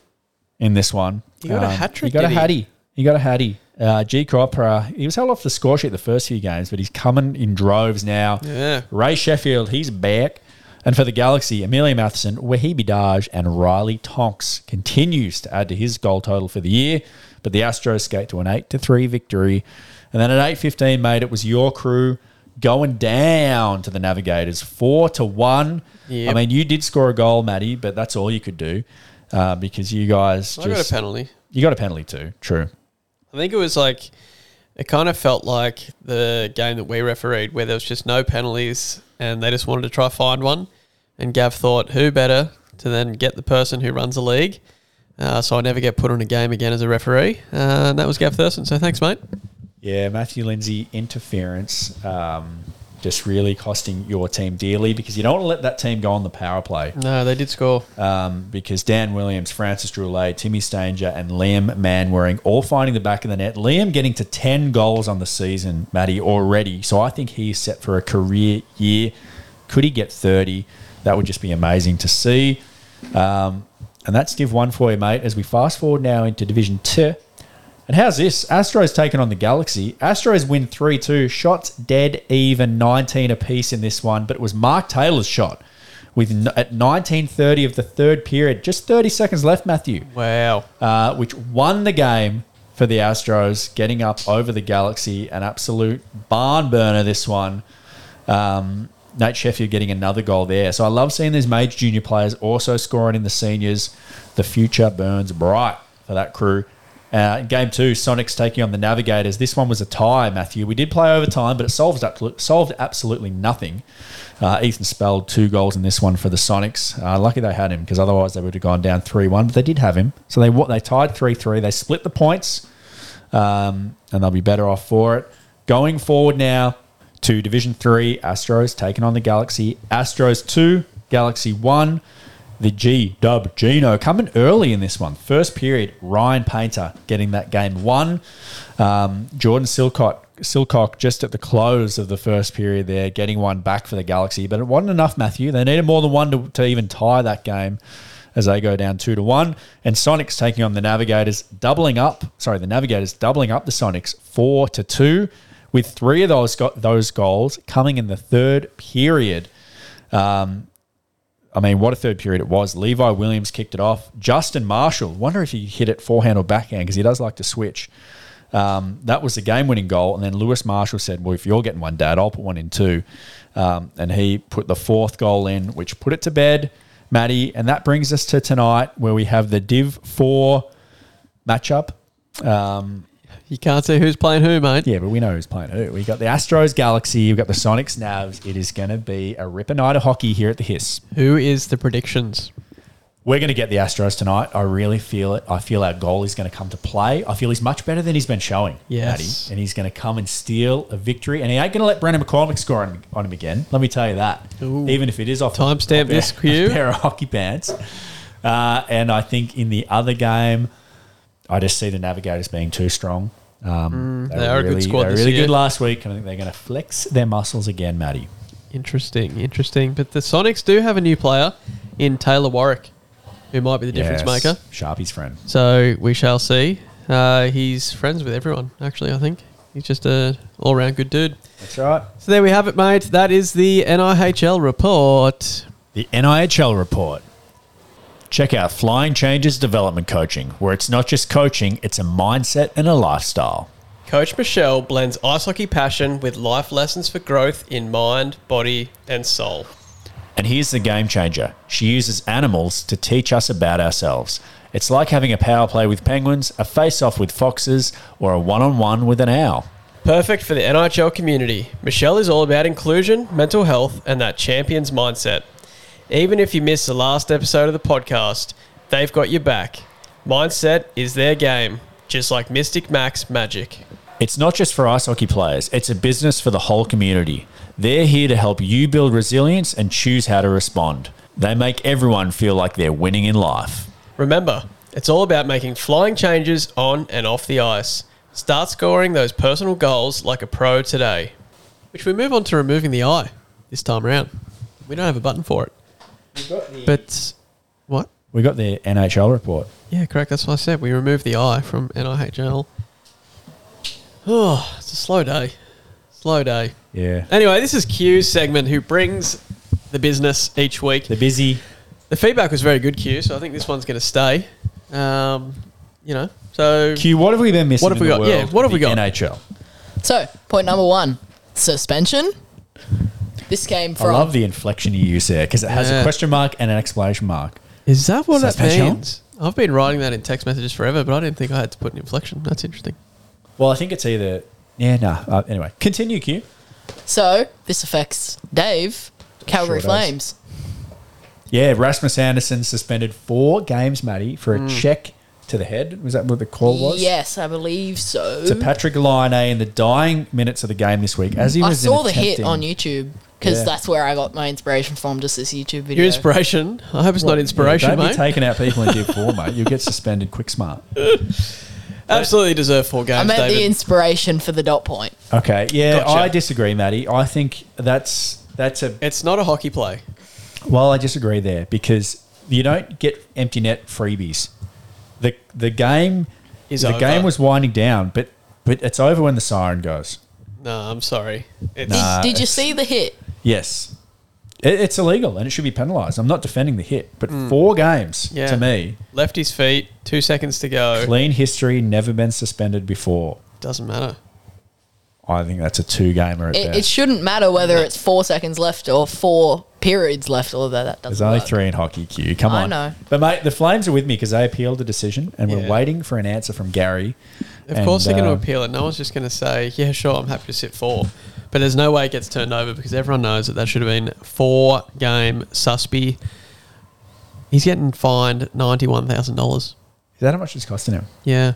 [SPEAKER 2] in this one. Um,
[SPEAKER 1] He got a hat-trick,
[SPEAKER 2] He got a
[SPEAKER 1] did he?
[SPEAKER 2] hattie. He got a hattie. Uh, G Cropra, he was held off the score sheet the first few games, but he's coming in droves now.
[SPEAKER 1] Yeah.
[SPEAKER 2] Ray Sheffield, he's back. And for the Galaxy, Amelia Matheson, Wahibi Daj, and Riley Tonks continues to add to his goal total for the year. But the Astros skate to an 8 to 3 victory. And then at 8.15, mate, it was your crew going down to the Navigators 4 to 1.
[SPEAKER 1] Yep.
[SPEAKER 2] I mean, you did score a goal, Matty, but that's all you could do uh, because you guys
[SPEAKER 1] I got
[SPEAKER 2] just.
[SPEAKER 1] a penalty.
[SPEAKER 2] you got a penalty too. True.
[SPEAKER 1] I think it was like it kind of felt like the game that we refereed where there was just no penalties and they just wanted to try find one. And Gav thought, who better to then get the person who runs the league? Uh, so I never get put on a game again as a referee. Uh, and that was Gav Thurston. So thanks, mate.
[SPEAKER 2] Yeah, Matthew Lindsay interference um, just really costing your team dearly because you don't want to let that team go on the power play
[SPEAKER 1] No, they did score.
[SPEAKER 2] um, because Dan Williams, Francis Droulet, Timmy Stanger, and Liam Manwaring all finding the back of the net. Liam getting to 10 goals on the season, Matty, already. So I think he's set for a career year. Could he get 30? That would just be amazing to see. Um, and that's Div 1 for you, mate, as we fast forward now into Division 2. And how's this? Astros taking on the Galaxy. Astros win 3 2. Shots dead even, 19 apiece in this one. But it was Mark Taylor's shot with n- at 19.30 of the third period. Just 30 seconds left, Matthew,
[SPEAKER 1] Wow.
[SPEAKER 2] uh, which won the game for the Astros, getting up over the Galaxy. An absolute barn burner, this one. Um, Nate Sheffield getting another goal there. So I love seeing these major junior players also scoring in the seniors. The future burns bright for that crew. Uh, in game two, Sonics taking on the Navigators. This one was a tie, Matthew. We did play overtime, but it solved, absolu- solved absolutely nothing. Uh, Ethan spelled two goals in this one for the Sonics. Uh, lucky they had him because otherwise they would have gone down 3 1, but they did have him. So they, wa- they tied 3 3. They split the points um, and they'll be better off for it. Going forward now to Division Three, Astros taking on the Galaxy. Astros two, Galaxy one. The G Dub Gino coming early in this one. First period, Ryan Painter getting that game won. Um, Jordan Silcock, Silcock just at the close of the first period there, getting one back for the Galaxy, but it wasn't enough. Matthew, they needed more than one to, to even tie that game as they go down two to one. And Sonics taking on the Navigators, doubling up. Sorry, the Navigators doubling up the Sonics four to two, with three of those got those goals coming in the third period. Um, I mean, what a third period it was. Levi Williams kicked it off. Justin Marshall, wonder if he hit it forehand or backhand because he does like to switch. Um, that was the game winning goal. And then Lewis Marshall said, Well, if you're getting one, Dad, I'll put one in too. Um, and he put the fourth goal in, which put it to bed, Matty. And that brings us to tonight where we have the Div 4 matchup. Um,
[SPEAKER 1] You can't see who's playing who, mate.
[SPEAKER 2] yeah, but we know who's playing who. We got the Astros Galaxy, we've got the Sonics Navs. It is going to be a ripper night of hockey here at the Hiss.
[SPEAKER 1] Who is the predictions?
[SPEAKER 2] We're going to get the Astros tonight. I really feel it. I feel our goal is going to come to play. I feel he's much better than he's been showing.
[SPEAKER 1] Yes.
[SPEAKER 2] Matty. And he's going to come and steal a victory. And he ain't going to let Brandon McCormick score on, on him again. Let me tell you that.
[SPEAKER 1] Ooh.
[SPEAKER 2] Even if it is off
[SPEAKER 1] Timestamp
[SPEAKER 2] a pair-
[SPEAKER 1] this, Q.
[SPEAKER 2] a pair of hockey pants. Uh, and I think in the other game, I just see the Navigators being too strong. Um,
[SPEAKER 1] Mm, they are a good squad
[SPEAKER 2] They're
[SPEAKER 1] this
[SPEAKER 2] really
[SPEAKER 1] year.
[SPEAKER 2] good last week. and I think they're going to flex their muscles again, Matty.
[SPEAKER 1] Interesting, interesting. But the Sonics do have a new player in Taylor Warwick, who might be the difference
[SPEAKER 2] Yes.
[SPEAKER 1] maker.
[SPEAKER 2] Sharpie's friend.
[SPEAKER 1] So we shall see. Uh, he's friends with everyone, actually, I think. He's just a all round good dude.
[SPEAKER 2] That's right.
[SPEAKER 1] So there we have it, mate. That is the NIHL report.
[SPEAKER 5] The NIHL report. Check out Flying Changes Development Coaching, where it's not just coaching, it's a mindset and a lifestyle.
[SPEAKER 1] Coach Michelle blends ice hockey passion with life lessons for growth in mind, body, and soul.
[SPEAKER 5] And here's the game changer she uses animals to teach us about ourselves. It's like having a power play with penguins, a face off with foxes, or a one on one with an owl.
[SPEAKER 1] Perfect for the NIHL community. Michelle is all about inclusion, mental health, and that champions mindset. Even if you miss the last episode of the podcast, they've got your back. Mindset is their game, just like Mystic Max Magic.
[SPEAKER 5] It's not just for ice hockey players, it's a business for the whole community. They're here to help you build resilience and choose how to respond. They make everyone feel like they're winning in life.
[SPEAKER 1] Remember, it's all about making flying changes on and off the ice. Start scoring those personal goals like a pro today. Which we move on to removing the eye this time around. We don't have a button for it. But what?
[SPEAKER 2] We got the NHL report.
[SPEAKER 1] Yeah, correct. That's what I said. We removed the I from NIHL. Oh, it's a slow day. Slow day.
[SPEAKER 2] Yeah.
[SPEAKER 1] Anyway, this is Q's segment who brings the business each week.
[SPEAKER 2] They're busy.
[SPEAKER 1] The feedback was very good, Q, so I think this one's going to stay. Um, you know, so
[SPEAKER 2] Q, what have we been missing?
[SPEAKER 1] What have we
[SPEAKER 2] in the
[SPEAKER 1] got?
[SPEAKER 2] world
[SPEAKER 1] Yeah, what have
[SPEAKER 2] of
[SPEAKER 1] we
[SPEAKER 2] the
[SPEAKER 1] got?
[SPEAKER 2] NHL.
[SPEAKER 3] So, point number one suspension. This came
[SPEAKER 2] I
[SPEAKER 3] from.
[SPEAKER 2] love the inflection you use there because it has
[SPEAKER 1] Yeah.
[SPEAKER 2] a question mark and an exclamation mark.
[SPEAKER 1] is that what that
[SPEAKER 2] Suspension?
[SPEAKER 1] means? I've been writing that in text messages forever, but I didn't think I had to put an inflection. That's interesting.
[SPEAKER 2] Well, I think it's either. Yeah, no. Uh, anyway, continue, Q.
[SPEAKER 3] So, this affects Dave, Calgary
[SPEAKER 2] Sure does.
[SPEAKER 3] Flames.
[SPEAKER 2] Yeah, Rasmus Anderson suspended four games, Matty, for a
[SPEAKER 3] Mm.
[SPEAKER 2] check to the head. Was that what the call was?
[SPEAKER 3] Yes, I believe so.
[SPEAKER 2] To Patrick Line in the dying minutes of the game this week, as he
[SPEAKER 3] I
[SPEAKER 2] was in
[SPEAKER 3] saw the hit
[SPEAKER 2] attempting-
[SPEAKER 3] on YouTube because
[SPEAKER 2] Yeah.
[SPEAKER 3] that's where I got my inspiration from, just this YouTube video.
[SPEAKER 1] Your inspiration. I hope it's
[SPEAKER 2] Well,
[SPEAKER 1] not inspiration,
[SPEAKER 2] yeah, don't
[SPEAKER 1] mate.
[SPEAKER 2] be taking out people in Div 4, mate. You'll get suspended quick smart.
[SPEAKER 1] Absolutely deserve four
[SPEAKER 3] I
[SPEAKER 1] games,
[SPEAKER 3] meant
[SPEAKER 1] David.
[SPEAKER 3] the inspiration for the dot point.
[SPEAKER 2] Okay, yeah,
[SPEAKER 1] Gotcha.
[SPEAKER 2] I disagree, Matty. I think that's that's a
[SPEAKER 1] it's not a hockey play.
[SPEAKER 2] Well, I disagree there because you don't get empty net freebies. the The game
[SPEAKER 1] Is
[SPEAKER 2] the
[SPEAKER 1] over.
[SPEAKER 2] game was winding down, but but it's over when the siren goes.
[SPEAKER 1] No, I'm sorry. It's,
[SPEAKER 3] Did,
[SPEAKER 2] Nah,
[SPEAKER 3] did you
[SPEAKER 2] it's-
[SPEAKER 3] see the hit?
[SPEAKER 2] Yes, it, it's illegal and it should be penalised. I'm not defending the hit, but four games
[SPEAKER 1] Hmm. Yeah.
[SPEAKER 2] to me,
[SPEAKER 1] Left his feet, two seconds to go.
[SPEAKER 2] clean history, never been suspended before.
[SPEAKER 1] Doesn't matter.
[SPEAKER 2] I think that's a two gamer at
[SPEAKER 3] It, it
[SPEAKER 2] best.
[SPEAKER 3] shouldn't matter whether it's four seconds left or four periods left, although that doesn't
[SPEAKER 2] There's only
[SPEAKER 3] work.
[SPEAKER 2] three in hockey. Q, come
[SPEAKER 3] I
[SPEAKER 2] on.
[SPEAKER 3] know.
[SPEAKER 2] But mate, the Flames are with me because they appealed the decision, and
[SPEAKER 1] Yeah.
[SPEAKER 2] we're waiting for an answer from Gary.
[SPEAKER 1] Of
[SPEAKER 2] And,
[SPEAKER 1] course, they're
[SPEAKER 2] uh,
[SPEAKER 1] going to appeal it. No one's just going to say, yeah, sure, I'm happy to sit four. But there's no way it gets turned over because everyone knows that that should have been four game Suspy. He's getting fined $91,000.
[SPEAKER 2] Is that how much it's costing him?
[SPEAKER 1] Yeah.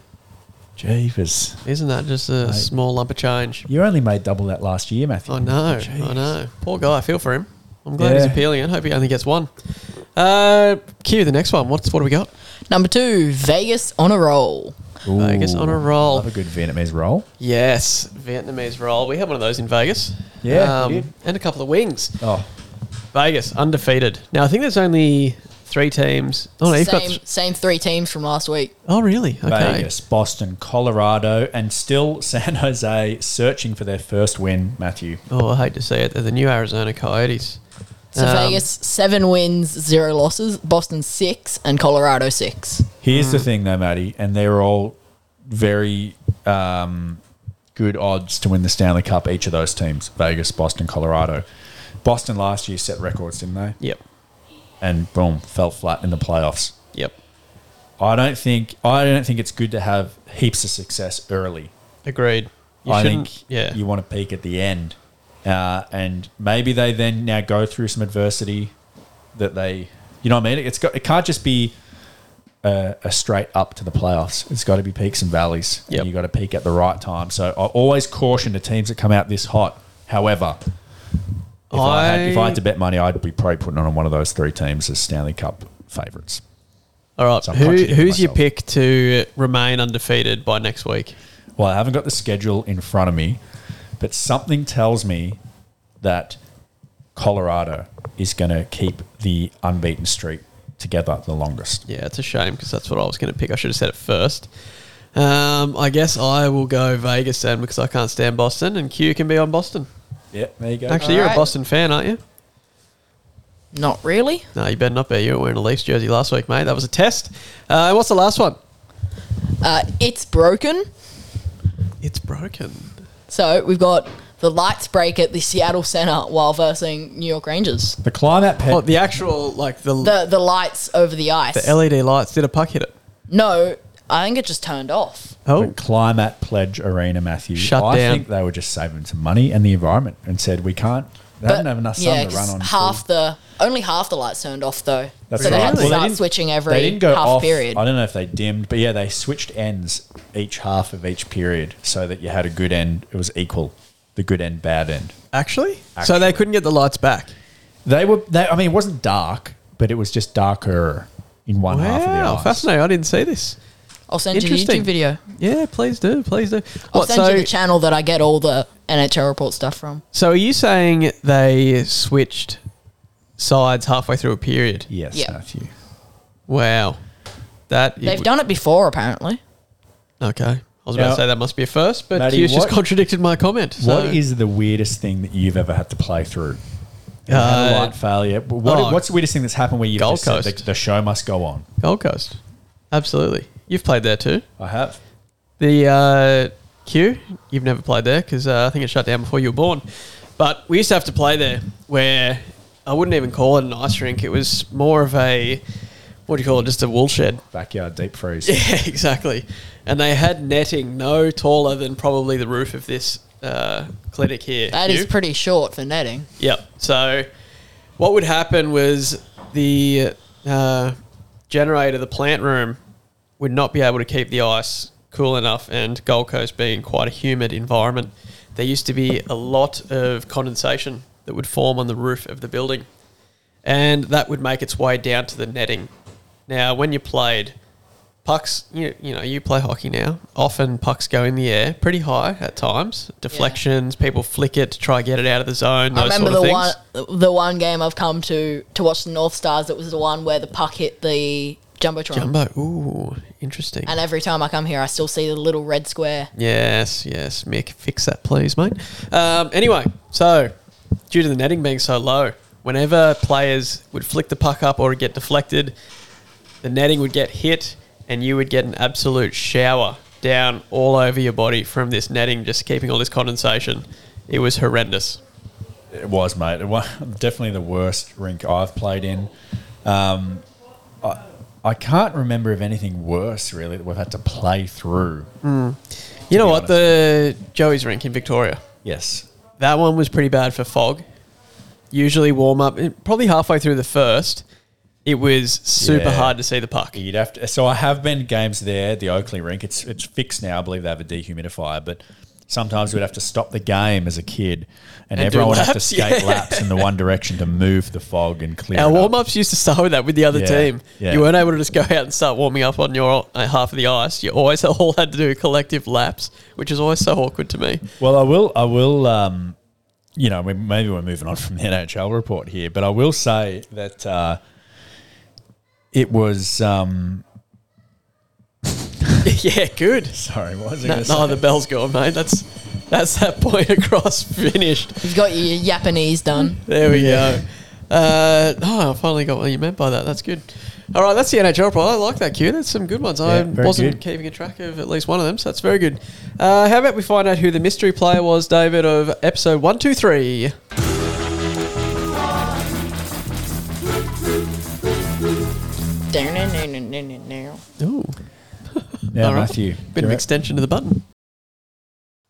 [SPEAKER 2] Jeepers.
[SPEAKER 1] Isn't that just a
[SPEAKER 2] Mate.
[SPEAKER 1] small lump of change?
[SPEAKER 2] You only made double that last year, Matthew.
[SPEAKER 1] I know. I
[SPEAKER 2] Jeez.
[SPEAKER 1] know. Poor guy. I feel for him. I'm glad he's
[SPEAKER 2] Yeah.
[SPEAKER 1] appealing it. Hope he only gets one. Uh, Q, the next one. What's What do we got?
[SPEAKER 3] Number two, Vegas on a roll.
[SPEAKER 1] Vegas on a roll.
[SPEAKER 2] Love a good Vietnamese roll.
[SPEAKER 1] Yes, Vietnamese roll. We had one of those in Vegas. Um,
[SPEAKER 2] Yeah, we did.
[SPEAKER 1] and a couple of wings.
[SPEAKER 2] Oh,
[SPEAKER 1] Vegas undefeated. Now I think there's only three teams. Oh, no, you've
[SPEAKER 3] same,
[SPEAKER 1] got. th-
[SPEAKER 3] same three teams from last week.
[SPEAKER 1] oh, really? Okay.
[SPEAKER 2] Vegas, Boston, Colorado, and still San Jose searching for their first win, Matthew.
[SPEAKER 1] Oh, I hate to say it. They're the new Arizona Coyotes.
[SPEAKER 3] So
[SPEAKER 1] Um,
[SPEAKER 3] Vegas, seven wins, zero losses. Boston, six. And Colorado, six.
[SPEAKER 2] Here's
[SPEAKER 1] Hmm.
[SPEAKER 2] the thing, though, Matty, and they're all very um, good odds to win the Stanley Cup, each of those teams Vegas, Boston, Colorado. Boston last year set records, didn't they?
[SPEAKER 1] Yep.
[SPEAKER 2] And boom, fell flat in the playoffs.
[SPEAKER 1] Yep.
[SPEAKER 2] I don't think I don't think it's good to have heaps of success early.
[SPEAKER 1] Agreed. You
[SPEAKER 2] I
[SPEAKER 1] shouldn't.
[SPEAKER 2] think
[SPEAKER 1] yeah.
[SPEAKER 2] you want to peak at the end. Uh, and maybe they then now go through some adversity that they, you know what I mean? It's got, it can't just be a, a straight up to the playoffs. It's got to be peaks and valleys.
[SPEAKER 1] Yep.
[SPEAKER 2] And you got to peak at the right time. So I always caution to teams that come out this hot. However, if I, had, if I had to bet money, I'd be probably putting on one of those three teams as Stanley Cup favourites.
[SPEAKER 1] all right.
[SPEAKER 2] So I'm
[SPEAKER 1] Who,
[SPEAKER 2] contradicting
[SPEAKER 1] who's your
[SPEAKER 2] myself.
[SPEAKER 1] pick to remain undefeated by next week?
[SPEAKER 2] Well, I haven't got the schedule in front of me, but something tells me that Colorado is going to keep the unbeaten streak together the longest.
[SPEAKER 1] Yeah, it's a shame because that's what I was going to pick. I should have said it first. Um, I guess I will go Vegas then because I can't stand Boston, and Q can be on Boston.
[SPEAKER 2] Yeah, there you go.
[SPEAKER 1] Actually,
[SPEAKER 3] All
[SPEAKER 1] you're a
[SPEAKER 3] right.
[SPEAKER 1] Boston fan, aren't you?
[SPEAKER 3] Not really.
[SPEAKER 1] No, you better not be. You were wearing a Leafs jersey last week, mate. That was a test. Uh, what's the last one?
[SPEAKER 3] Uh, it's broken.
[SPEAKER 1] It's broken.
[SPEAKER 3] So we've got the lights break at the Seattle Center while versing New York Rangers.
[SPEAKER 2] the climb out pet.
[SPEAKER 1] Oh, the E actual like the
[SPEAKER 3] The the lights over the ice.
[SPEAKER 1] the LED lights. Did a puck hit it?
[SPEAKER 3] no, I think it just turned off.
[SPEAKER 1] Oh,
[SPEAKER 2] But Climate Pledge Arena, Matthew.
[SPEAKER 1] Shut
[SPEAKER 2] I
[SPEAKER 1] down.
[SPEAKER 2] think they were just saving some money and the environment and said, we can't, they
[SPEAKER 3] But-
[SPEAKER 2] don't have enough sun
[SPEAKER 3] yeah,
[SPEAKER 2] to
[SPEAKER 3] 'cause
[SPEAKER 2] run on.
[SPEAKER 3] half the only half the lights turned off though.
[SPEAKER 2] That's
[SPEAKER 3] so they had
[SPEAKER 2] right.
[SPEAKER 3] to
[SPEAKER 2] Well, they
[SPEAKER 3] start
[SPEAKER 2] didn't-
[SPEAKER 3] switching every
[SPEAKER 2] they didn't go
[SPEAKER 3] half
[SPEAKER 2] off,
[SPEAKER 3] period.
[SPEAKER 2] I don't know if they dimmed, but yeah, they switched ends each half of each period so that you had a good end. It was equal, the good end, bad end.
[SPEAKER 1] actually? So they couldn't get the lights back.
[SPEAKER 2] They were. They, I mean, it wasn't dark, but it was just darker in one half of the
[SPEAKER 1] Wow,
[SPEAKER 2] ice.
[SPEAKER 1] fascinating. I didn't see this.
[SPEAKER 3] I'll send you the
[SPEAKER 1] Interesting.
[SPEAKER 3] YouTube video.
[SPEAKER 1] Yeah, please do. Please do.
[SPEAKER 3] I'll
[SPEAKER 1] What,
[SPEAKER 3] send
[SPEAKER 1] so,
[SPEAKER 3] you the channel that I get all the NHL report stuff from.
[SPEAKER 1] so are you saying they switched sides halfway through a period?
[SPEAKER 2] Yes,
[SPEAKER 3] Yeah.
[SPEAKER 2] Matthew.
[SPEAKER 1] Wow. That
[SPEAKER 3] They've done it before, apparently.
[SPEAKER 1] Okay. I was about
[SPEAKER 2] Now-
[SPEAKER 1] to say that must be a first, but
[SPEAKER 2] Matty,
[SPEAKER 1] Hughes just
[SPEAKER 2] what-
[SPEAKER 1] contradicted my comment. So.
[SPEAKER 2] What is the weirdest thing that you've ever had to play through? You had a
[SPEAKER 1] Uh,
[SPEAKER 2] light failure. What,
[SPEAKER 1] oh.
[SPEAKER 2] what's the weirdest thing that's happened where you've
[SPEAKER 1] Gold
[SPEAKER 2] just said
[SPEAKER 1] Coast.
[SPEAKER 2] the, the show must go on?
[SPEAKER 1] Gold Coast? Absolutely. You've played there too.
[SPEAKER 2] I have.
[SPEAKER 1] The uh, Q, you've never played there because uh, I think it shut down before you were born. But we used to have to play there where I wouldn't even call it an ice rink. It was more of a, what do you call it, just a wool shed.
[SPEAKER 2] Backyard deep freeze.
[SPEAKER 1] Yeah, exactly. And they had netting no taller than probably the roof of this uh, clinic here.
[SPEAKER 3] That is
[SPEAKER 1] Hugh.
[SPEAKER 3] pretty short for netting.
[SPEAKER 1] Yep. So what would happen was the uh, generator, the plant room, would not be able to keep the ice cool enough, and Gold Coast being quite a humid environment, there used to be a lot of condensation that would form on the roof of the building, and that would make its way down to the netting. Now, when you played, pucks, you, you know, you play hockey now, often pucks go in the air pretty high at times, deflections, people flick it to try and get it out of the zone,
[SPEAKER 3] I
[SPEAKER 1] those
[SPEAKER 3] remember
[SPEAKER 1] sort of
[SPEAKER 3] the
[SPEAKER 1] things.
[SPEAKER 3] one the one game I've come to to watch the North Stars. It was the one where the puck hit the jumbotron.
[SPEAKER 1] Jumbo. Ooh, interesting.
[SPEAKER 3] And uh, every time I come here, I still see the little red square.
[SPEAKER 1] yes, yes, Mick, fix that, please, mate. Um, anyway, so due to the netting being so low, whenever players would flick the puck up or get deflected, the netting would get hit, and you would get an absolute shower down all over your body from this netting, just keeping all this condensation. It was horrendous.
[SPEAKER 2] It was, mate. It was definitely the worst rink I've played in. Um, I, I can't remember of anything worse, really, that we've had to play through.
[SPEAKER 1] You know what? The Joey's rink in Victoria.
[SPEAKER 2] Yes.
[SPEAKER 1] That one was pretty bad for fog. Usually warm up, it- probably halfway through the first, it was super
[SPEAKER 2] Yeah.
[SPEAKER 1] hard to see the puck.
[SPEAKER 2] You'd have to. So I have been to games there, the Oakley rink. It's it's fixed now. I believe they have a dehumidifier, but sometimes we'd have to stop the game as a kid,
[SPEAKER 1] And
[SPEAKER 2] and,
[SPEAKER 1] do
[SPEAKER 2] everyone would have to
[SPEAKER 1] laps,
[SPEAKER 2] skate
[SPEAKER 1] yeah.
[SPEAKER 2] laps in the one direction to move the fog and clear.
[SPEAKER 1] Our
[SPEAKER 2] it up.
[SPEAKER 1] warm ups used to start with that with the other
[SPEAKER 2] Yeah,
[SPEAKER 1] team.
[SPEAKER 2] yeah.
[SPEAKER 1] You weren't able to just go out and start warming up on your uh, half of the ice. You always all had to do collective laps, which is always so awkward to me.
[SPEAKER 2] Well, I will. I will. Um, you know, we, maybe we're moving on from the NHL report here, but I will say that uh, it was. Um,
[SPEAKER 1] yeah, good.
[SPEAKER 2] sorry, what was I
[SPEAKER 1] No,
[SPEAKER 2] going to
[SPEAKER 1] no,
[SPEAKER 2] say?
[SPEAKER 1] oh, the bell's gone, mate. That's that's that point across finished.
[SPEAKER 3] You've got your Japanese done.
[SPEAKER 1] There we go. Uh, oh, I finally got what you meant by that. That's good. All right, that's the NHL report. I like that, Q. That's some good ones. I
[SPEAKER 2] Yeah, very
[SPEAKER 1] wasn't
[SPEAKER 2] good.
[SPEAKER 1] keeping a track of at least one of them, so that's very good. Uh, how about we find out who the mystery player was, David, of episode one, two, three? Ooh,
[SPEAKER 2] Now,
[SPEAKER 1] all right.
[SPEAKER 2] Matthew,
[SPEAKER 1] bit
[SPEAKER 2] do
[SPEAKER 1] of
[SPEAKER 2] you-
[SPEAKER 1] extension to the button.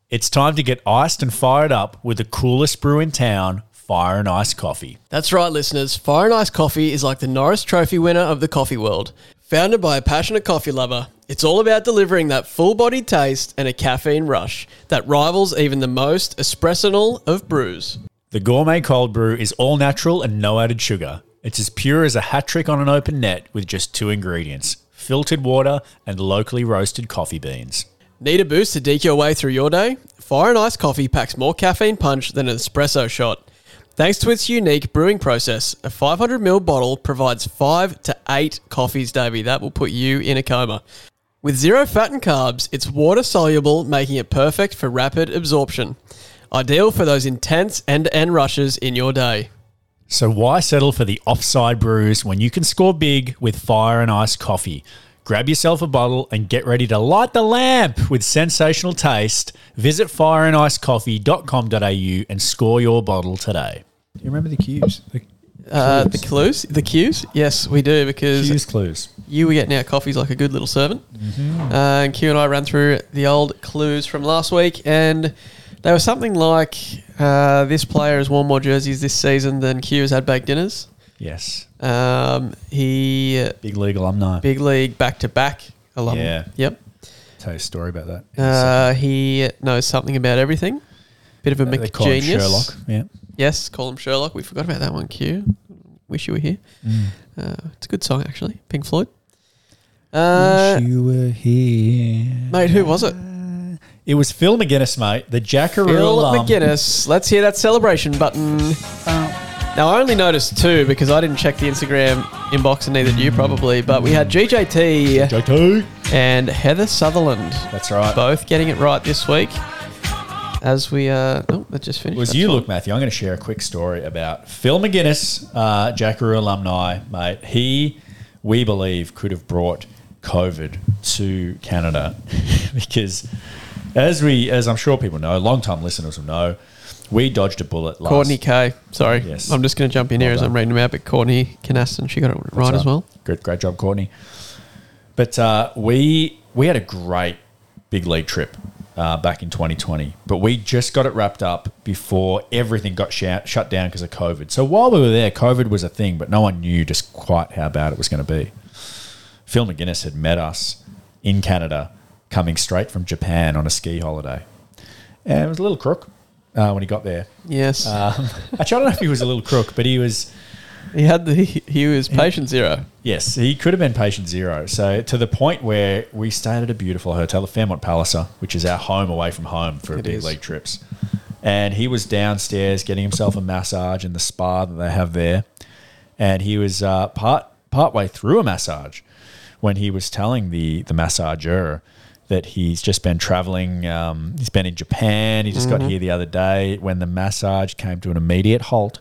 [SPEAKER 5] It's time to get iced and fired up with the coolest brew in town, Fire and Ice Coffee.
[SPEAKER 1] That's right, listeners. Fire and Ice Coffee is like the Norris Trophy winner of the coffee world. Founded by a passionate coffee lover, it's all about delivering that full bodied taste and a caffeine rush that rivals even the most espressional of brews.
[SPEAKER 5] The gourmet cold brew is all natural and no added sugar. It's as pure as a hat trick on an open net with just two ingredients filtered water and locally roasted coffee beans.
[SPEAKER 1] Need a boost to deke your way through your day? Fire and Ice Coffee packs more caffeine punch than an espresso shot. Thanks to its unique brewing process, a 500ml bottle provides 5 to 8 coffees, Davey. That will put you in a coma. With zero fat and carbs, it's water soluble, making it perfect for rapid absorption. Ideal for those intense end to end rushes in your day.
[SPEAKER 5] So why settle for the offside brews when you can score big with fire and ice coffee? Grab yourself a bottle and get ready to light the lamp with sensational taste. Visit fireandicecoffee.com.au and score your bottle today.
[SPEAKER 2] Do you remember the cubes? The,
[SPEAKER 1] Uh, the clues, the cues. Yes, we do because
[SPEAKER 2] Cues, clues.
[SPEAKER 1] you were getting our coffees like a good little servant.
[SPEAKER 2] Mm-hmm.
[SPEAKER 1] Uh, and Q and I ran through the old clues from last week, and they were something like uh, this player has worn more jerseys this season than Q has had baked dinners.
[SPEAKER 2] Yes.
[SPEAKER 1] Um, he uh,
[SPEAKER 2] Big league alumni.
[SPEAKER 1] big league back to back. I love him.
[SPEAKER 2] Yeah.
[SPEAKER 1] Yep.
[SPEAKER 2] Tell you a story about that.
[SPEAKER 1] Uh, he knows something about everything. Bit of a
[SPEAKER 2] They call him
[SPEAKER 1] McGenius.
[SPEAKER 2] Sherlock. Yeah.
[SPEAKER 1] Yes, call him Sherlock. We forgot about that one. Q. Wish you were here.
[SPEAKER 2] Mm.
[SPEAKER 1] Uh, it's a good song actually. Pink Floyd. Uh,
[SPEAKER 2] Wish you were here.
[SPEAKER 1] mate, who was it?
[SPEAKER 2] It was Phil McGuinness, mate. The Jackaroo
[SPEAKER 1] Bill
[SPEAKER 2] alum.
[SPEAKER 1] McGuinness. Let's hear that celebration button. Now, I only noticed two because I didn't check the Instagram inbox and neither do you probably, but we had GJT
[SPEAKER 2] JT.
[SPEAKER 1] and Heather Sutherland
[SPEAKER 2] That's right.
[SPEAKER 1] both getting it right this week. As we, uh, oh, that just finished.
[SPEAKER 2] Well, as
[SPEAKER 1] That's
[SPEAKER 2] you
[SPEAKER 1] fine.
[SPEAKER 2] look, Matthew, I'm going to share a quick story about Phil McGuinness, uh, Jackaroo alumni, mate. He, we believe, could have brought COVID to Canada because, as we, as I'm sure people know, long-time listeners will know, we dodged a bullet last
[SPEAKER 1] Courtney K. Sorry.
[SPEAKER 2] Yes.
[SPEAKER 1] I'm just going to jump in here as
[SPEAKER 2] done.
[SPEAKER 1] I'm reading them out, but Courtney Canaston, she got it right
[SPEAKER 2] That's
[SPEAKER 1] as well.
[SPEAKER 2] Good, great job, Courtney. But uh, we we had a great big league trip uh, back in 2020, but we just got it wrapped up before everything got sh- shut down because of COVID. So while we were there, COVID was a thing, but no one knew just quite how bad it was going to be. Phil McGuinness had met us in Canada, coming straight from Japan on a ski holiday, and it was a little crook uh, when he got there.
[SPEAKER 1] Yes.
[SPEAKER 2] Um, actually, I don't know if he was a little crook, but he was.
[SPEAKER 1] he had the, he, he was patient zero.
[SPEAKER 2] Yes, he could have been patient zero. So to the point where we stayed at a beautiful hotel, the Fairmont Palliser, which is our home away from home for
[SPEAKER 1] It
[SPEAKER 2] big
[SPEAKER 1] is.
[SPEAKER 2] league trips. And he was downstairs getting himself a massage in the spa that they have there. And he was uh, part partway through a massage when he was telling the the massager that he's just been traveling. Um, he's been in Japan. He just
[SPEAKER 1] Mm-hmm.
[SPEAKER 2] got here the other day when the massage came to an immediate halt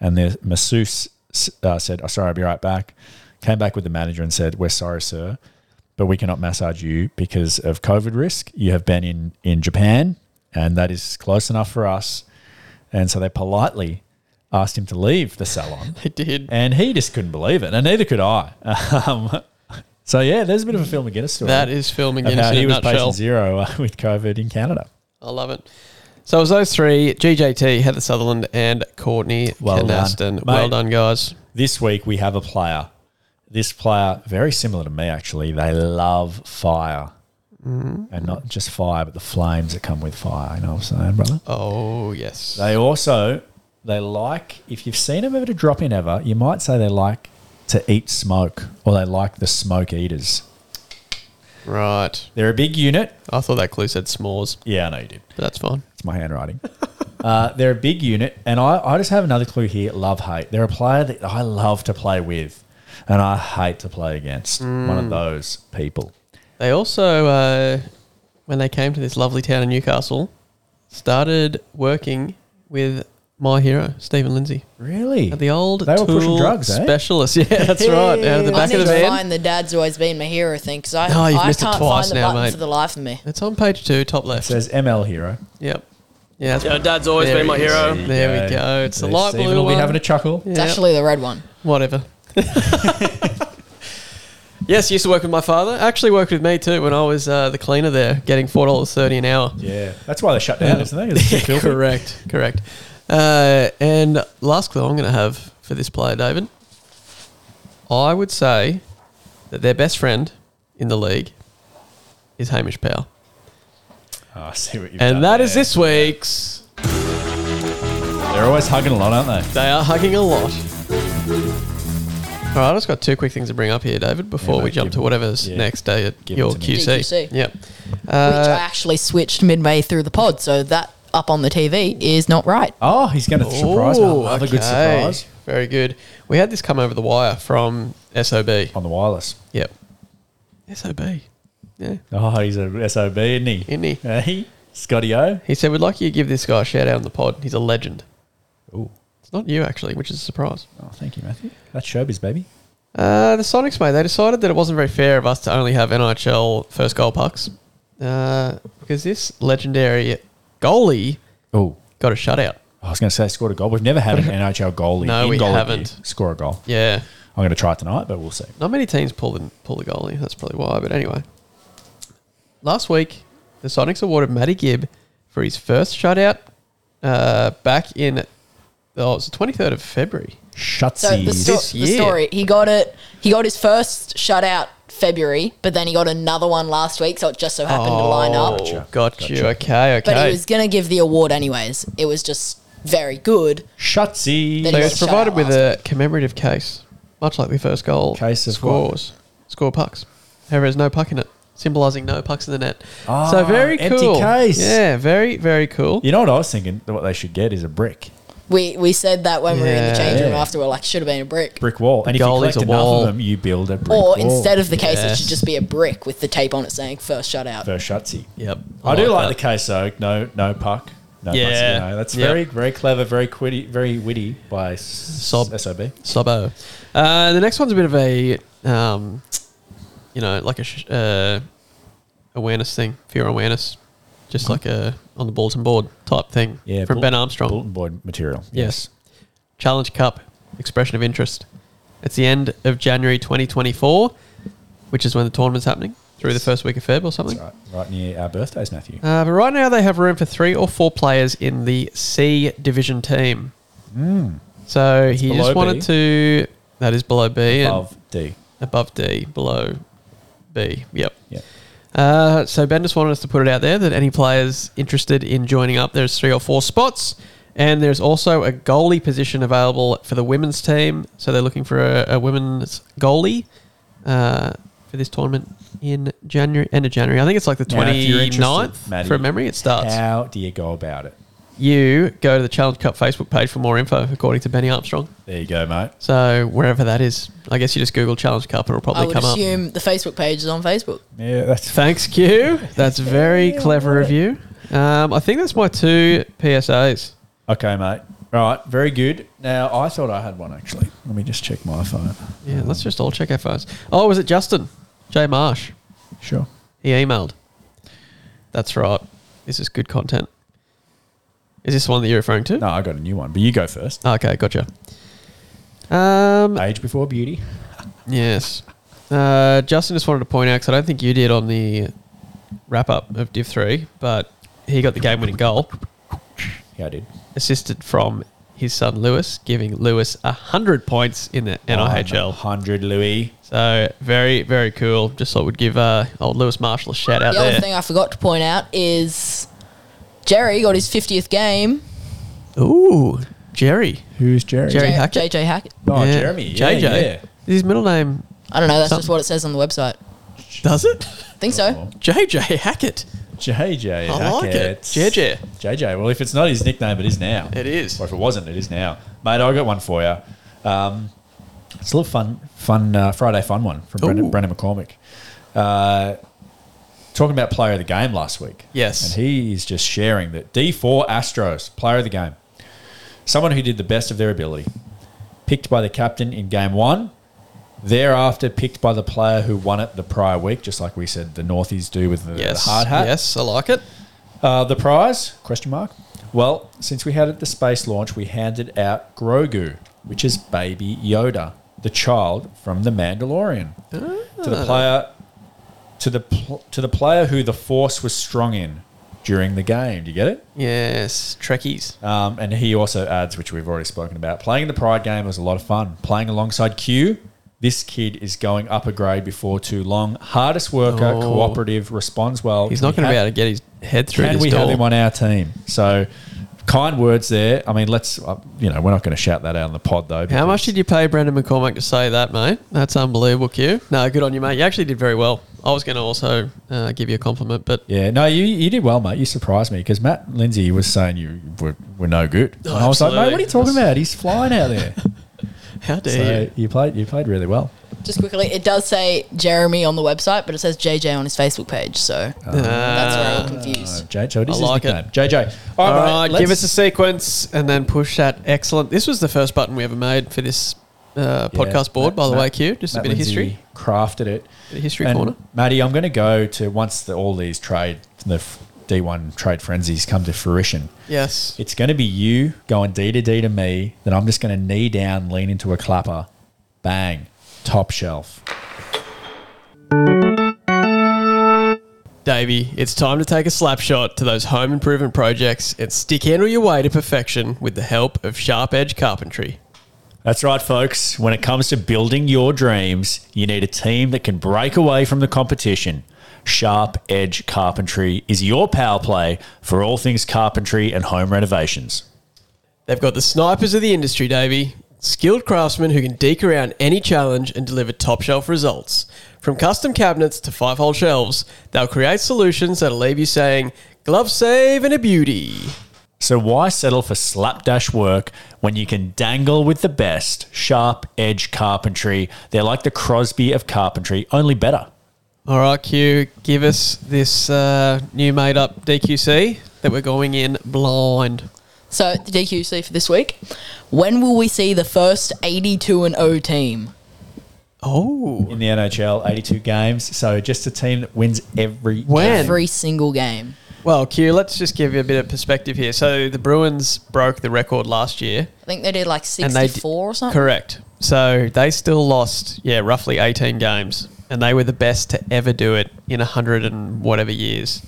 [SPEAKER 2] and the masseuse uh, said, oh, "Sorry, I'll be right back." Came back with the manager and said, "We're sorry, sir, but we cannot massage you because of COVID risk. You have been in in Japan, and that is close enough for us." And so they politely asked him to leave the salon,
[SPEAKER 1] They did.
[SPEAKER 2] and he just couldn't believe it, and neither could I. Um, so yeah, there's a bit of a Phil McGuinness story
[SPEAKER 1] That is filming
[SPEAKER 2] of
[SPEAKER 1] in a
[SPEAKER 2] how he was
[SPEAKER 1] nutshell.
[SPEAKER 2] patient zero uh, with COVID in Canada.
[SPEAKER 1] I love it. So it was those three: GJT, Heather Sutherland, and Courtney
[SPEAKER 2] Well
[SPEAKER 1] well
[SPEAKER 2] done. Mate.
[SPEAKER 1] Well done, guys.
[SPEAKER 2] This week we have a player. This player, very similar to me actually, they love fire. And not just fire, but the flames that come with fire. You know what I'm saying, brother?
[SPEAKER 1] Oh yes,
[SPEAKER 2] They also, they like, if you've seen them ever to drop in ever, you might say they like to eat smoke or they like the smoke eaters.
[SPEAKER 1] right.
[SPEAKER 2] They're a big unit.
[SPEAKER 1] I thought that clue said s'mores,
[SPEAKER 2] Yeah, I know you did.
[SPEAKER 1] but that's fine.
[SPEAKER 2] It's my handwriting. uh, they're a big unit, and I, I just have another clue here: love hate. They're a player that I love to play with, and I hate to play against.
[SPEAKER 1] Hmm.
[SPEAKER 2] One of those people.
[SPEAKER 1] They also, uh, when they came to this lovely town in Newcastle, started working with my hero Stephen Lindsay
[SPEAKER 2] Really?
[SPEAKER 1] at the old
[SPEAKER 2] They were pushing
[SPEAKER 1] tool
[SPEAKER 2] drugs, eh?
[SPEAKER 1] specialist. Yeah, that's right. Out of the
[SPEAKER 3] I
[SPEAKER 1] back
[SPEAKER 3] need
[SPEAKER 1] of the
[SPEAKER 3] to
[SPEAKER 1] van.
[SPEAKER 3] find the dad's always been my hero thing because I,
[SPEAKER 1] No, you've
[SPEAKER 3] I
[SPEAKER 1] missed it
[SPEAKER 3] can't
[SPEAKER 1] twice
[SPEAKER 3] find the
[SPEAKER 1] now,
[SPEAKER 3] button
[SPEAKER 1] mate.
[SPEAKER 3] for the life of me.
[SPEAKER 1] It's on page two, top left.
[SPEAKER 2] Says ML hero.
[SPEAKER 1] yep. Yeah, that's-
[SPEAKER 6] dad's always
[SPEAKER 1] There
[SPEAKER 6] been my
[SPEAKER 1] he is.
[SPEAKER 6] hero.
[SPEAKER 1] There we go. It's the
[SPEAKER 2] There's
[SPEAKER 1] light
[SPEAKER 2] Stephen
[SPEAKER 1] blue
[SPEAKER 2] will be
[SPEAKER 1] one.
[SPEAKER 2] having a chuckle.
[SPEAKER 3] It's actually the red one.
[SPEAKER 1] Whatever. yes, used to work with my father. Actually worked with me too when I was uh, the cleaner there, getting four dollars thirty an hour.
[SPEAKER 2] Yeah, that's why they shut down, isn't it? It's too filthy.
[SPEAKER 1] correct, correct. Uh, and last clue I'm going to have for this player, David. I would say that their best friend in the league is Hamish Powell,
[SPEAKER 2] Oh, I see what you've done
[SPEAKER 1] and that is
[SPEAKER 2] there.
[SPEAKER 1] this week's.
[SPEAKER 2] They're always hugging a lot, aren't they?
[SPEAKER 1] They are hugging a lot. All right, I just got two quick things to bring up here, David, before
[SPEAKER 2] mate,
[SPEAKER 1] we jump
[SPEAKER 2] give
[SPEAKER 1] to
[SPEAKER 2] it-
[SPEAKER 1] whatever's
[SPEAKER 2] yeah,
[SPEAKER 1] next day at
[SPEAKER 2] give it
[SPEAKER 1] your
[SPEAKER 2] to me.
[SPEAKER 1] QC.
[SPEAKER 3] GQC.
[SPEAKER 1] Yep.
[SPEAKER 3] which
[SPEAKER 1] Uh,
[SPEAKER 3] I actually switched midway through the pod, so that up on the TV is not right.
[SPEAKER 2] Oh, he's going to surprise me.
[SPEAKER 1] Ooh,
[SPEAKER 2] Another good
[SPEAKER 1] okay.
[SPEAKER 2] surprise
[SPEAKER 1] Very good. We had this come over the wire from SOB.
[SPEAKER 2] on the wireless.
[SPEAKER 1] Yep. SOB. Yeah.
[SPEAKER 2] Oh, he's a sob, isn't he?
[SPEAKER 1] Isn't he?
[SPEAKER 2] Hey, Scotty O.
[SPEAKER 1] He said, We'd like you to give this guy a shout out on the pod. He's a legend.
[SPEAKER 2] Ooh.
[SPEAKER 1] It's not you, actually, which is a surprise.
[SPEAKER 2] Oh, thank you, Matthew. That's showbiz, baby.
[SPEAKER 1] Uh, the Sonics, mate, they decided that it wasn't very fair of us to only have NHL first goal pucks uh, because this legendary goalie
[SPEAKER 2] Oh,
[SPEAKER 1] got a shutout.
[SPEAKER 2] I was going to say scored a goal. We've never had an NHL goalie
[SPEAKER 1] No,
[SPEAKER 2] in
[SPEAKER 1] we
[SPEAKER 2] goal of the
[SPEAKER 1] haven't.
[SPEAKER 2] year score a goal.
[SPEAKER 1] Yeah.
[SPEAKER 2] I'm going to try it tonight, but we'll see.
[SPEAKER 1] Not many teams pull the, pull the goalie. That's probably why. But anyway, last week the Sonics awarded Matty Gibb for his first shutout uh, back in oh, it was the 23rd of February.
[SPEAKER 3] So the,
[SPEAKER 2] Shutsies.
[SPEAKER 3] sto-
[SPEAKER 1] This
[SPEAKER 3] the
[SPEAKER 1] year.
[SPEAKER 3] story, he got it. He got his first shutout February, but then he got another one last week, so it just so happened to line up.
[SPEAKER 1] Gotcha. Okay. Oh, Okay.
[SPEAKER 3] But he was gonna give the award anyways. It was just very good.
[SPEAKER 2] Shutsies.
[SPEAKER 1] so
[SPEAKER 3] he
[SPEAKER 1] he
[SPEAKER 3] got
[SPEAKER 1] was
[SPEAKER 3] shut
[SPEAKER 1] provided
[SPEAKER 3] out
[SPEAKER 1] with
[SPEAKER 3] last
[SPEAKER 1] a commemorative case, much like the first goal.
[SPEAKER 2] Case of
[SPEAKER 1] scores. Score pucks. However, there's no puck in it, symbolising no pucks in the net. so very
[SPEAKER 2] Ah, empty
[SPEAKER 1] cool.
[SPEAKER 2] case.
[SPEAKER 1] Yeah, very, very cool.
[SPEAKER 2] You know what I was thinking? That What they should get is a brick.
[SPEAKER 3] We we said that when we were in
[SPEAKER 1] Yeah.
[SPEAKER 3] the change room
[SPEAKER 2] Yeah.
[SPEAKER 3] after. We're like, should have been a brick.
[SPEAKER 2] Brick wall. And if you
[SPEAKER 1] Goalie's
[SPEAKER 2] collect
[SPEAKER 1] a
[SPEAKER 2] enough
[SPEAKER 1] wall.
[SPEAKER 2] of them, you build a brick
[SPEAKER 3] Or
[SPEAKER 2] wall.
[SPEAKER 3] instead of the case,
[SPEAKER 1] Yes.
[SPEAKER 3] it should just be a brick with the tape on it saying first shutout.
[SPEAKER 2] For Shutzy.
[SPEAKER 1] Yep.
[SPEAKER 2] I, do
[SPEAKER 1] that.
[SPEAKER 2] like the case though. No, no puck. No
[SPEAKER 1] Yeah.
[SPEAKER 2] pucks, you know. That's
[SPEAKER 1] Yep.
[SPEAKER 2] very, very clever, very quitty, very witty by Sob. Sob.
[SPEAKER 1] Sobo. Uh, the next one's a bit of a, um, you know, like a sh- uh, awareness thing, fear awareness, just like a on the bulletin board type thing
[SPEAKER 2] Uh-huh. Yeah,
[SPEAKER 1] from
[SPEAKER 2] bull-
[SPEAKER 1] Ben Armstrong.
[SPEAKER 2] Bulletin board material.
[SPEAKER 1] Yes. Challenge Cup, expression of interest. It's the end of January 2024, which is when the tournament's happening, through the first week of Feb or something.
[SPEAKER 2] That's right. Right near our birthdays, Matthew.
[SPEAKER 1] Uh, but right now, they have room for three or four players in the C division team. So he
[SPEAKER 2] Hmm. below
[SPEAKER 1] just wanted
[SPEAKER 2] B.
[SPEAKER 1] to. That is below B
[SPEAKER 2] Above D.
[SPEAKER 1] and above D, below B. Yep.
[SPEAKER 2] Yeah.
[SPEAKER 1] Uh, so Ben just wanted us to put it out there that any players interested in joining up, there's three or four spots, and there's also a goalie position available for the women's team. So they're looking for a, a women's goalie uh, for this tournament in January, end of January. I think it's like the
[SPEAKER 2] Now, if you're interested,
[SPEAKER 1] 29th
[SPEAKER 2] Maddie,
[SPEAKER 1] from memory. It starts.
[SPEAKER 2] How do you go about it?
[SPEAKER 1] You go to the Challenge Cup Facebook page for more info, according to Benny Armstrong.
[SPEAKER 2] There you go, mate.
[SPEAKER 1] So wherever that is, I guess you just Google Challenge Cup, it'll
[SPEAKER 3] I
[SPEAKER 1] probably
[SPEAKER 3] would
[SPEAKER 1] come up.
[SPEAKER 3] assume the Facebook page is on Facebook.
[SPEAKER 2] Yeah, that's
[SPEAKER 1] Thanks, Q. That's very clever of you. Um, I think that's my two PSAs.
[SPEAKER 2] Okay, mate. All right, very good. Now, I thought I had one actually. Let me just check my phone.
[SPEAKER 1] Yeah, let's just all check our phones. Oh, was it Justin? Jay Marsh.
[SPEAKER 2] Sure.
[SPEAKER 1] He emailed. That's right. This is good content. Is this the one that you're referring to?
[SPEAKER 2] No, I got a new one, but you go first.
[SPEAKER 1] Okay, gotcha. Um,
[SPEAKER 2] Age before beauty.
[SPEAKER 1] yes. Uh, Justin just wanted to point out, because I don't think you did on the wrap up of Div 3, but he got the game winning goal.
[SPEAKER 2] Yeah, I did.
[SPEAKER 1] assisted from his son Lewis, giving Lewis 100 points in the NIHL.
[SPEAKER 2] 100 Louis.
[SPEAKER 1] So very, very cool. Just thought we'd give uh, old Lewis Marshall a shout out
[SPEAKER 3] the
[SPEAKER 1] there.
[SPEAKER 3] other thing I forgot to point out is Jerry got his 50th game.
[SPEAKER 1] Ooh, Jerry.
[SPEAKER 2] Who's Jerry?
[SPEAKER 1] Jerry
[SPEAKER 3] J-
[SPEAKER 1] Hackett.
[SPEAKER 3] JJ Hackett.
[SPEAKER 2] Oh, Jeremy. Yeah,
[SPEAKER 1] JJ.
[SPEAKER 2] yeah.
[SPEAKER 1] Is his middle name,
[SPEAKER 3] I don't know. That's just
[SPEAKER 1] Something-
[SPEAKER 3] what it says on the website.
[SPEAKER 1] does it?
[SPEAKER 3] Think so.
[SPEAKER 1] Oh. JJ Hackett.
[SPEAKER 2] JJ.
[SPEAKER 1] I like it.
[SPEAKER 2] Hackett.
[SPEAKER 1] JJ.
[SPEAKER 2] JJ. Well, if it's not his nickname, it is now.
[SPEAKER 1] It is.
[SPEAKER 2] Or if it wasn't, it is now. Mate, I got one for you. Um, it's a little fun, fun uh, Friday fun one from Brendan,
[SPEAKER 1] Ooh.
[SPEAKER 2] Brendan McCormick. Uh, talking about player of the game last week.
[SPEAKER 1] Yes.
[SPEAKER 2] And he is just sharing that D4 Astros, player of the game. Someone who did the best of their ability. Picked by the captain in game one. Thereafter, picked by the player who won it the prior week, just like we said the Northies do with the, the
[SPEAKER 1] Yes.
[SPEAKER 2] hard hat.
[SPEAKER 1] Yes, I like it.
[SPEAKER 2] Uh, the prize? Question mark. Well, since we had it at the space launch, we handed out Grogu, which is baby Yoda, the child from the Mandalorian, to
[SPEAKER 1] Ah.
[SPEAKER 2] the player, to the pl- to the player who the Force was strong in during the game. Do you get it?
[SPEAKER 1] Yes, Trekkies.
[SPEAKER 2] Um, and he also adds, which we've already spoken about, playing the Pride game was a lot of fun. Playing alongside Q, this kid is going up a grade before too long. Hardest worker,
[SPEAKER 1] Oh.
[SPEAKER 2] cooperative, responds well.
[SPEAKER 1] He's not
[SPEAKER 2] Can
[SPEAKER 1] going to
[SPEAKER 2] we
[SPEAKER 1] be
[SPEAKER 2] have-
[SPEAKER 1] able to get his head through
[SPEAKER 2] can
[SPEAKER 1] this
[SPEAKER 2] we
[SPEAKER 1] door.
[SPEAKER 2] have him on our team? So, kind words there. I mean, let's uh, you know we're not going to shout that out on the pod though.
[SPEAKER 1] How much did you pay Brendan McCormack to say that, mate? That's unbelievable, Q. No, good on you, mate. You actually did very well. I was going to also uh, give you a compliment, but
[SPEAKER 2] Yeah, no, you you did well, mate. You surprised me because Matt Lindsay was saying you were, were no good.
[SPEAKER 1] Oh,
[SPEAKER 2] and I was like, mate,
[SPEAKER 1] absolutely.
[SPEAKER 2] what are you talking about? He's flying out there.
[SPEAKER 1] how dare
[SPEAKER 2] so
[SPEAKER 1] you?
[SPEAKER 2] you played you played really well.
[SPEAKER 3] Just quickly, it does say Jeremy on the website, but it says JJ on his Facebook page. So
[SPEAKER 1] Uh,
[SPEAKER 3] that's where
[SPEAKER 1] Ah.
[SPEAKER 3] I'm confused.
[SPEAKER 2] JJ, Uh, what is
[SPEAKER 1] I
[SPEAKER 2] his
[SPEAKER 1] like it.
[SPEAKER 2] nickname? JJ. All
[SPEAKER 1] All
[SPEAKER 2] right,
[SPEAKER 1] right,
[SPEAKER 2] mate,
[SPEAKER 1] give
[SPEAKER 2] let's-
[SPEAKER 1] us a sequence and then push that. Excellent. This was the first button we ever made for this uh,
[SPEAKER 2] Yeah,
[SPEAKER 1] podcast board,
[SPEAKER 2] Matt-
[SPEAKER 1] by the way,
[SPEAKER 2] Matt-
[SPEAKER 1] Q. Just a
[SPEAKER 2] Matt
[SPEAKER 1] bit of history.
[SPEAKER 2] Lindsay Crafted it.
[SPEAKER 1] Bit of history corner.
[SPEAKER 2] Maddie, I'm going to go to once the, all these trade the f- D1 trade frenzies come to fruition.
[SPEAKER 1] Yes.
[SPEAKER 2] It's going to be you going D to D to me. Then I'm just going to knee down, lean into a clapper, bang, top shelf.
[SPEAKER 1] Davey, it's time to take a slap shot to those home improvement projects and stick handle your way to perfection with the help of Sharp Edge Carpentry.
[SPEAKER 5] That's right, folks. When it comes to building your dreams, you need a team that can break away from the competition. Sharp Edge Carpentry is your power play for all things carpentry and home renovations.
[SPEAKER 1] They've got the snipers of the industry, Davey. Skilled craftsmen who can deke around any challenge and deliver top shelf results. From custom cabinets to five hole shelves, they'll create solutions that'll leave you saying, glove save and a beauty.
[SPEAKER 5] So why settle for slapdash work when you can dangle with the best? Sharp Edge Carpentry. They're like the Crosby of carpentry, only better.
[SPEAKER 1] All right, Q, give us this uh, new made up DQC that we're going in blind.
[SPEAKER 3] So the DQC for this week. When will we see the first 82 and 0 team?
[SPEAKER 1] Oh.
[SPEAKER 2] In the NHL, 82 games. So just a team that wins every
[SPEAKER 1] When?
[SPEAKER 3] Every single game.
[SPEAKER 1] Well, Q, let's just give you a bit of perspective here. So the Bruins broke the record last year.
[SPEAKER 3] I think they did like
[SPEAKER 1] And
[SPEAKER 3] 64
[SPEAKER 1] they
[SPEAKER 3] or something.
[SPEAKER 1] Correct. So they still lost, yeah, roughly 18 games, and they were the best to ever do it in 100 and whatever years.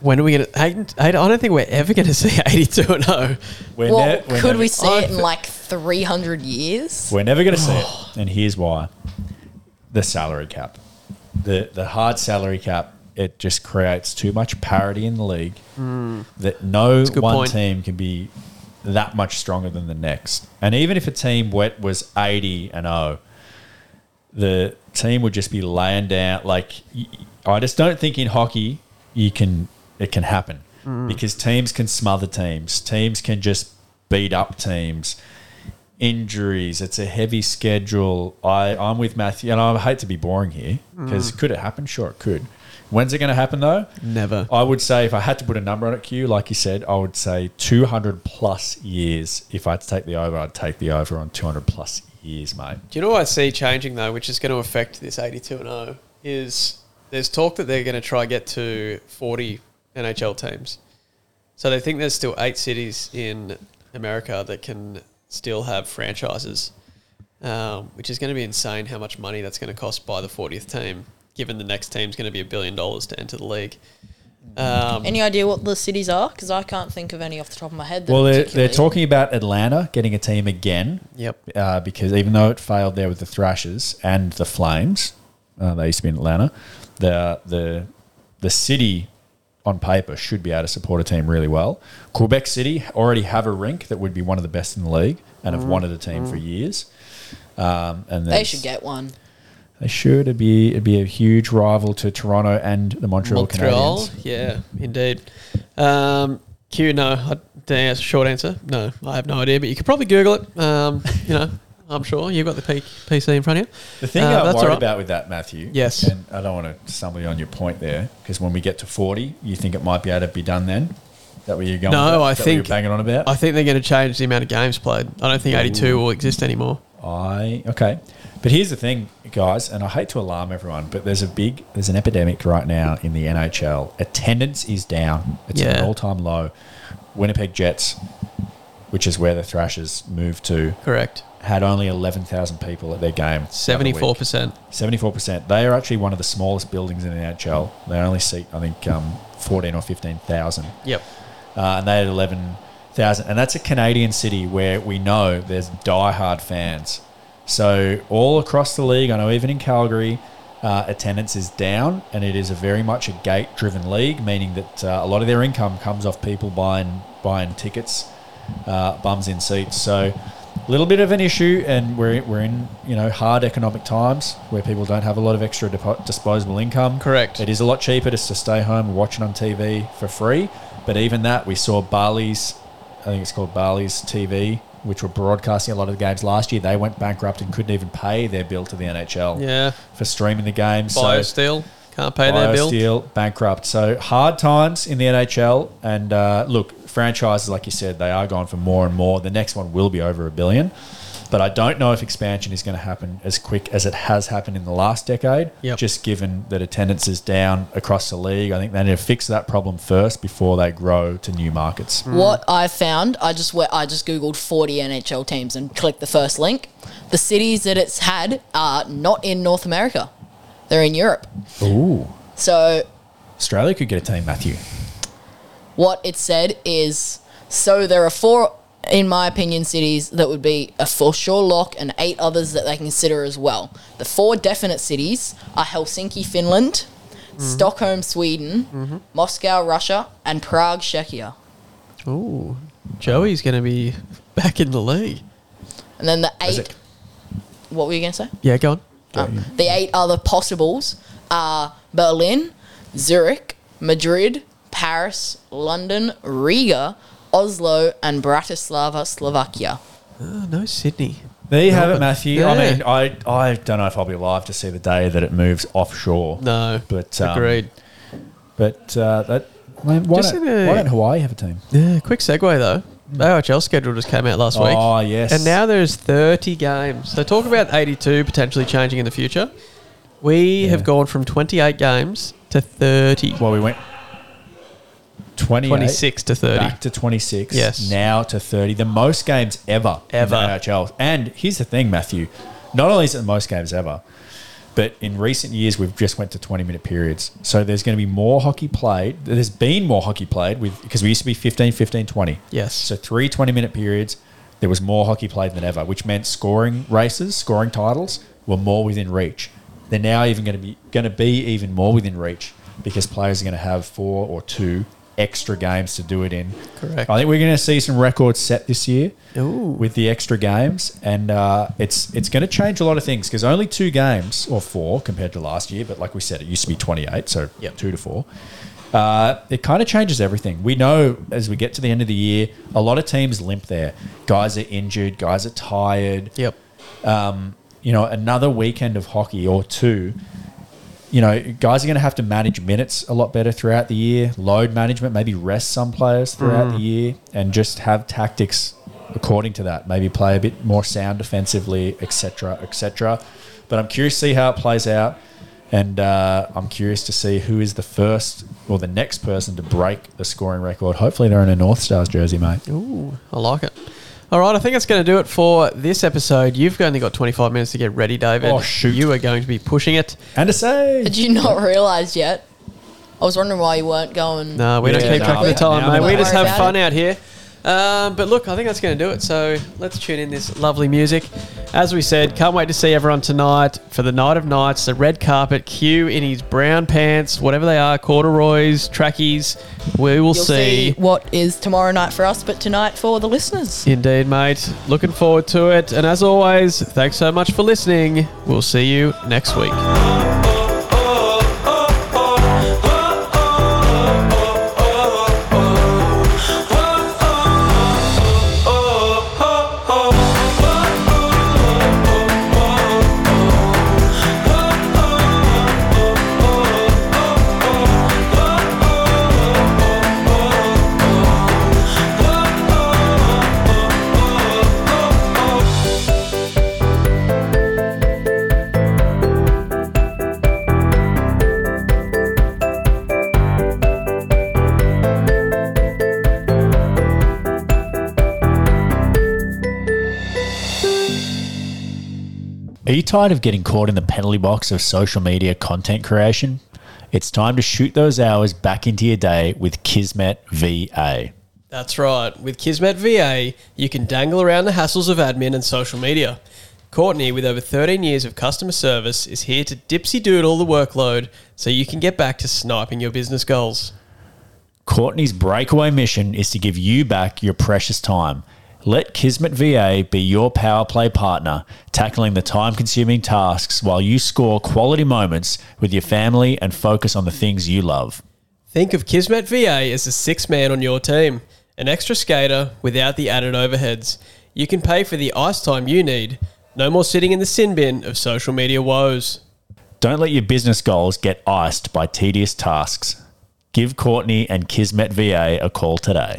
[SPEAKER 1] When are we going to? I I don't think we're ever going to see 82 and oh. 0.
[SPEAKER 2] We're
[SPEAKER 3] Well,
[SPEAKER 2] ne- we're
[SPEAKER 3] could
[SPEAKER 2] never-
[SPEAKER 3] we see
[SPEAKER 1] I
[SPEAKER 3] it in
[SPEAKER 1] th-
[SPEAKER 3] like 300 years?
[SPEAKER 2] We're never going to see
[SPEAKER 1] Oh.
[SPEAKER 2] it. And here's why the salary cap, the, the hard salary cap, it just creates too much parity in the league that no
[SPEAKER 1] Hmm. a good
[SPEAKER 2] one
[SPEAKER 1] point.
[SPEAKER 2] team can be that much stronger than the next. And even if a team wet was 80 and 0, the team would just be laying down. Like, y- I just don't think in hockey you can it can happen
[SPEAKER 1] Hmm.
[SPEAKER 2] because teams can smother teams, teams can just beat up teams. Injuries, it's a heavy schedule. I I'm with Matthew, and I hate to be boring here because could it happen? Sure, it could. When's it going to happen though?
[SPEAKER 1] Never.
[SPEAKER 2] I would say if I had to put a number on it, Q, like you said, I would say 200 plus years. If I had to take the over, I'd take the over on 200 plus years, mate.
[SPEAKER 1] Do you know what I see changing though, which is going to affect this 82 and 0? Is there's talk that they're going to try get to 40 NHL teams. So they think there's still eight cities in America that can still have franchises, um, which is going to be insane how much money that's going to cost by the 40th team, given the next team's going to be a billion dollars to enter the league. Um,
[SPEAKER 3] Any idea what the cities are? Because I can't think of any off the top of my head. that
[SPEAKER 2] Well, they're, they're
[SPEAKER 3] particularly-
[SPEAKER 2] talking about Atlanta getting a team again.
[SPEAKER 1] Yep.
[SPEAKER 2] Uh, because even though it failed there with the Thrashers and the Flames, uh, they used to be in Atlanta, the, the, the city on paper should be able to support a team really well. Quebec City already have a rink that would be one of the best in the league and have wanted a team for years. Um, and
[SPEAKER 3] Mm-hmm. They
[SPEAKER 2] there's-
[SPEAKER 3] should get one.
[SPEAKER 2] They should. It'd be it'd be a huge rival to Toronto and the Montreal,
[SPEAKER 1] Montreal,
[SPEAKER 2] Canadiens.
[SPEAKER 1] yeah, indeed. Um, Q, no, I, the short answer, no, I have no idea, but you could probably Google it. Um, you know, I'm sure you've got the P- PC in front of you.
[SPEAKER 2] The thing
[SPEAKER 1] Uh,
[SPEAKER 2] I'm
[SPEAKER 1] that's
[SPEAKER 2] worried
[SPEAKER 1] all right.
[SPEAKER 2] about with that, Matthew.
[SPEAKER 1] Yes.
[SPEAKER 2] And I don't want to stumble you on your point there because when we get to 40, you think it might be able to be done then. Is That where you're going?
[SPEAKER 1] No,
[SPEAKER 2] with that?
[SPEAKER 1] I
[SPEAKER 2] Is that what you're
[SPEAKER 1] think-
[SPEAKER 2] banging on about.
[SPEAKER 1] I think they're going to change the amount of games played. I don't think 82 will exist anymore.
[SPEAKER 2] I okay, but here's the thing, guys, and I hate to alarm everyone, but there's a big there's an epidemic right now in the NHL. Attendance is down; it's at an
[SPEAKER 1] Yeah.
[SPEAKER 2] all time low. Winnipeg Jets, which is where the Thrashers moved to,
[SPEAKER 1] Correct.
[SPEAKER 2] had only 11,000 people at their game.
[SPEAKER 1] 74%.
[SPEAKER 2] 74%. They are actually one of the smallest buildings in the NHL. They only seat, I think, um, 14 or 15,000.
[SPEAKER 1] Yep.
[SPEAKER 2] Uh, and they had 11,000. And that's a Canadian city where we know there's diehard fans. So all across the league, I know even in Calgary, uh, attendance is down, and it is a very much a gate-driven league, meaning that uh, a lot of their income comes off people buying buying tickets, uh, bums in seats. So a little bit of an issue, and we're we're in you know hard economic times where people don't have a lot of extra depo disposable income.
[SPEAKER 1] Correct.
[SPEAKER 2] It is a lot cheaper just to stay home and watch it on TV for free. But even that, we saw Bali's, I think it's called Bali's TV, which were broadcasting a lot of the games last year. They went bankrupt and couldn't even pay their bill to the NHL
[SPEAKER 1] Yeah.
[SPEAKER 2] for streaming the games. so
[SPEAKER 1] BioSteel can't pay their bill.
[SPEAKER 2] BioSteel, bankrupt. So hard times in the NHL. And uh, look, franchises, like you said, they are going for more and more. The next one will be over a billion. But I don't know if expansion is going to happen as quick as it has happened in the last decade,
[SPEAKER 1] Yep.
[SPEAKER 2] just given that attendance is down across the league. I think they need to fix that problem first before they grow to new markets.
[SPEAKER 3] What I found, I just went, I just googled 40 NHL teams and clicked the first link. The cities that it's had are not in North America; they're in Europe.
[SPEAKER 2] Ooh.
[SPEAKER 3] So
[SPEAKER 2] Australia could get a team, Matthew.
[SPEAKER 3] what it said is so there are four in my opinion cities that would be a for sure lock and eight others that they consider as well the four definite cities are helsinki finland stockholm sweden moscow russia and prague czechia
[SPEAKER 1] Ooh, Joey's going to be back in the league.
[SPEAKER 3] and then the
[SPEAKER 2] Is
[SPEAKER 3] eight
[SPEAKER 2] it-
[SPEAKER 3] what were you going to say
[SPEAKER 1] Yeah, go on.
[SPEAKER 3] Um, the eight other possibles are Berlin, Zurich, Madrid, Paris, London, Riga, Oslo, and Bratislava, Slovakia.
[SPEAKER 1] Oh, no, Sydney.
[SPEAKER 2] There you have
[SPEAKER 1] Melbourne.
[SPEAKER 2] it, Matthew.
[SPEAKER 1] Yeah.
[SPEAKER 2] I mean, I, I don't know if I'll be alive to see the day that it moves offshore.
[SPEAKER 1] No,
[SPEAKER 2] But, um,
[SPEAKER 1] agreed.
[SPEAKER 2] But uh, that, man, why,
[SPEAKER 1] Just
[SPEAKER 2] don't,
[SPEAKER 1] in a-
[SPEAKER 2] why don't Hawaii have a team?
[SPEAKER 1] Yeah, quick segue though. The OHL schedule just came out last week.
[SPEAKER 2] Oh, yes.
[SPEAKER 1] And now there's 30 games. So talk about 82 potentially changing in the future. We have gone from 28 games to 30.
[SPEAKER 2] Well, we went 28,
[SPEAKER 1] 26 to 30.
[SPEAKER 2] back to 26.
[SPEAKER 1] Yes.
[SPEAKER 2] Now to 30. The most games ever,
[SPEAKER 1] Ever.
[SPEAKER 2] in the NHL. And here's the thing, Matthew. Not only is it the most games ever, but in recent years we've just went to 20 minute periods. So there's going to be more hockey played. There's been more hockey played with because we used to be 15, 15, 20.
[SPEAKER 1] Yes.
[SPEAKER 2] So three 20 minute periods, there was more hockey played than ever, which meant scoring races, scoring titles were more within reach. They're now even going to be going to be even more within reach because players are going to have four or two extra games to do it in.
[SPEAKER 1] Correct.
[SPEAKER 2] I think we're going to see some records set this year
[SPEAKER 1] Ooh.
[SPEAKER 2] with the extra games, and uh, it's it's going to change a lot of things because only two games or four compared to last year. But like we said, it used to be twenty eight, so
[SPEAKER 1] Yep.
[SPEAKER 2] two to four. Uh, it kind of changes everything. We know as we get to the end of the year, a lot of teams limp there. Guys are injured. Guys are tired
[SPEAKER 1] Yep.
[SPEAKER 2] you know, another weekend of hockey or two, you know, guys are going to have to manage minutes a lot better throughout the year, load management, maybe rest some players throughout the year, and just have tactics according to that. Maybe play a bit more sound defensively, etc., etc. But I'm curious to see how it plays out, and uh, I'm curious to see who is the first or the next person to break the scoring record. Hopefully, they're in a North Stars jersey, mate.
[SPEAKER 1] Ooh, I like it. All right, I think that's going to do it for this episode. You've only got 25 minutes to get ready, David.
[SPEAKER 2] Oh, shoot.
[SPEAKER 1] You are going to be pushing it.
[SPEAKER 2] And to say,
[SPEAKER 3] Did you not realize yet? I was wondering why you weren't going.
[SPEAKER 1] No, we
[SPEAKER 2] Yeah,
[SPEAKER 1] don't keep
[SPEAKER 2] no,
[SPEAKER 1] track of
[SPEAKER 2] we-
[SPEAKER 1] the time,
[SPEAKER 2] no,
[SPEAKER 1] mate.
[SPEAKER 2] no,
[SPEAKER 1] We
[SPEAKER 2] no.
[SPEAKER 1] just have
[SPEAKER 3] Worry about
[SPEAKER 1] fun out here. Um, but look, I think that's going to do it. So let's tune in this lovely music. As we said, can't wait to see everyone tonight for the night of nights. The red carpet, Q in his brown pants, whatever they are, corduroys, trackies. We will
[SPEAKER 3] You'll
[SPEAKER 1] see.
[SPEAKER 3] see what is tomorrow night for us, but tonight for the listeners.
[SPEAKER 1] Indeed, mate. Looking forward to it. And as always, thanks so much for listening. We'll see you next week.
[SPEAKER 2] Are you tired of getting caught in the penalty box of social media content creation? It's time to shoot those hours back into your day with Kismet VA.
[SPEAKER 1] That's right. With Kismet VA, you can dangle around the hassles of admin and social media. Courtney, with over 13 years of customer service, is here to dipsy doodle the workload so you can get back to sniping your business goals.
[SPEAKER 2] Courtney's breakaway mission is to give you back your precious time. Let Kismet VA be your power play partner, tackling the time consuming tasks while you score quality moments with your family and focus on the things you love.
[SPEAKER 1] Think of Kismet VA as the sixth man on your team, an extra skater without the added overheads. You can pay for the ice time you need. No more sitting in the sin bin of social media woes.
[SPEAKER 2] Don't let your business goals get iced by tedious tasks. Give Courtney and Kismet VA a call today.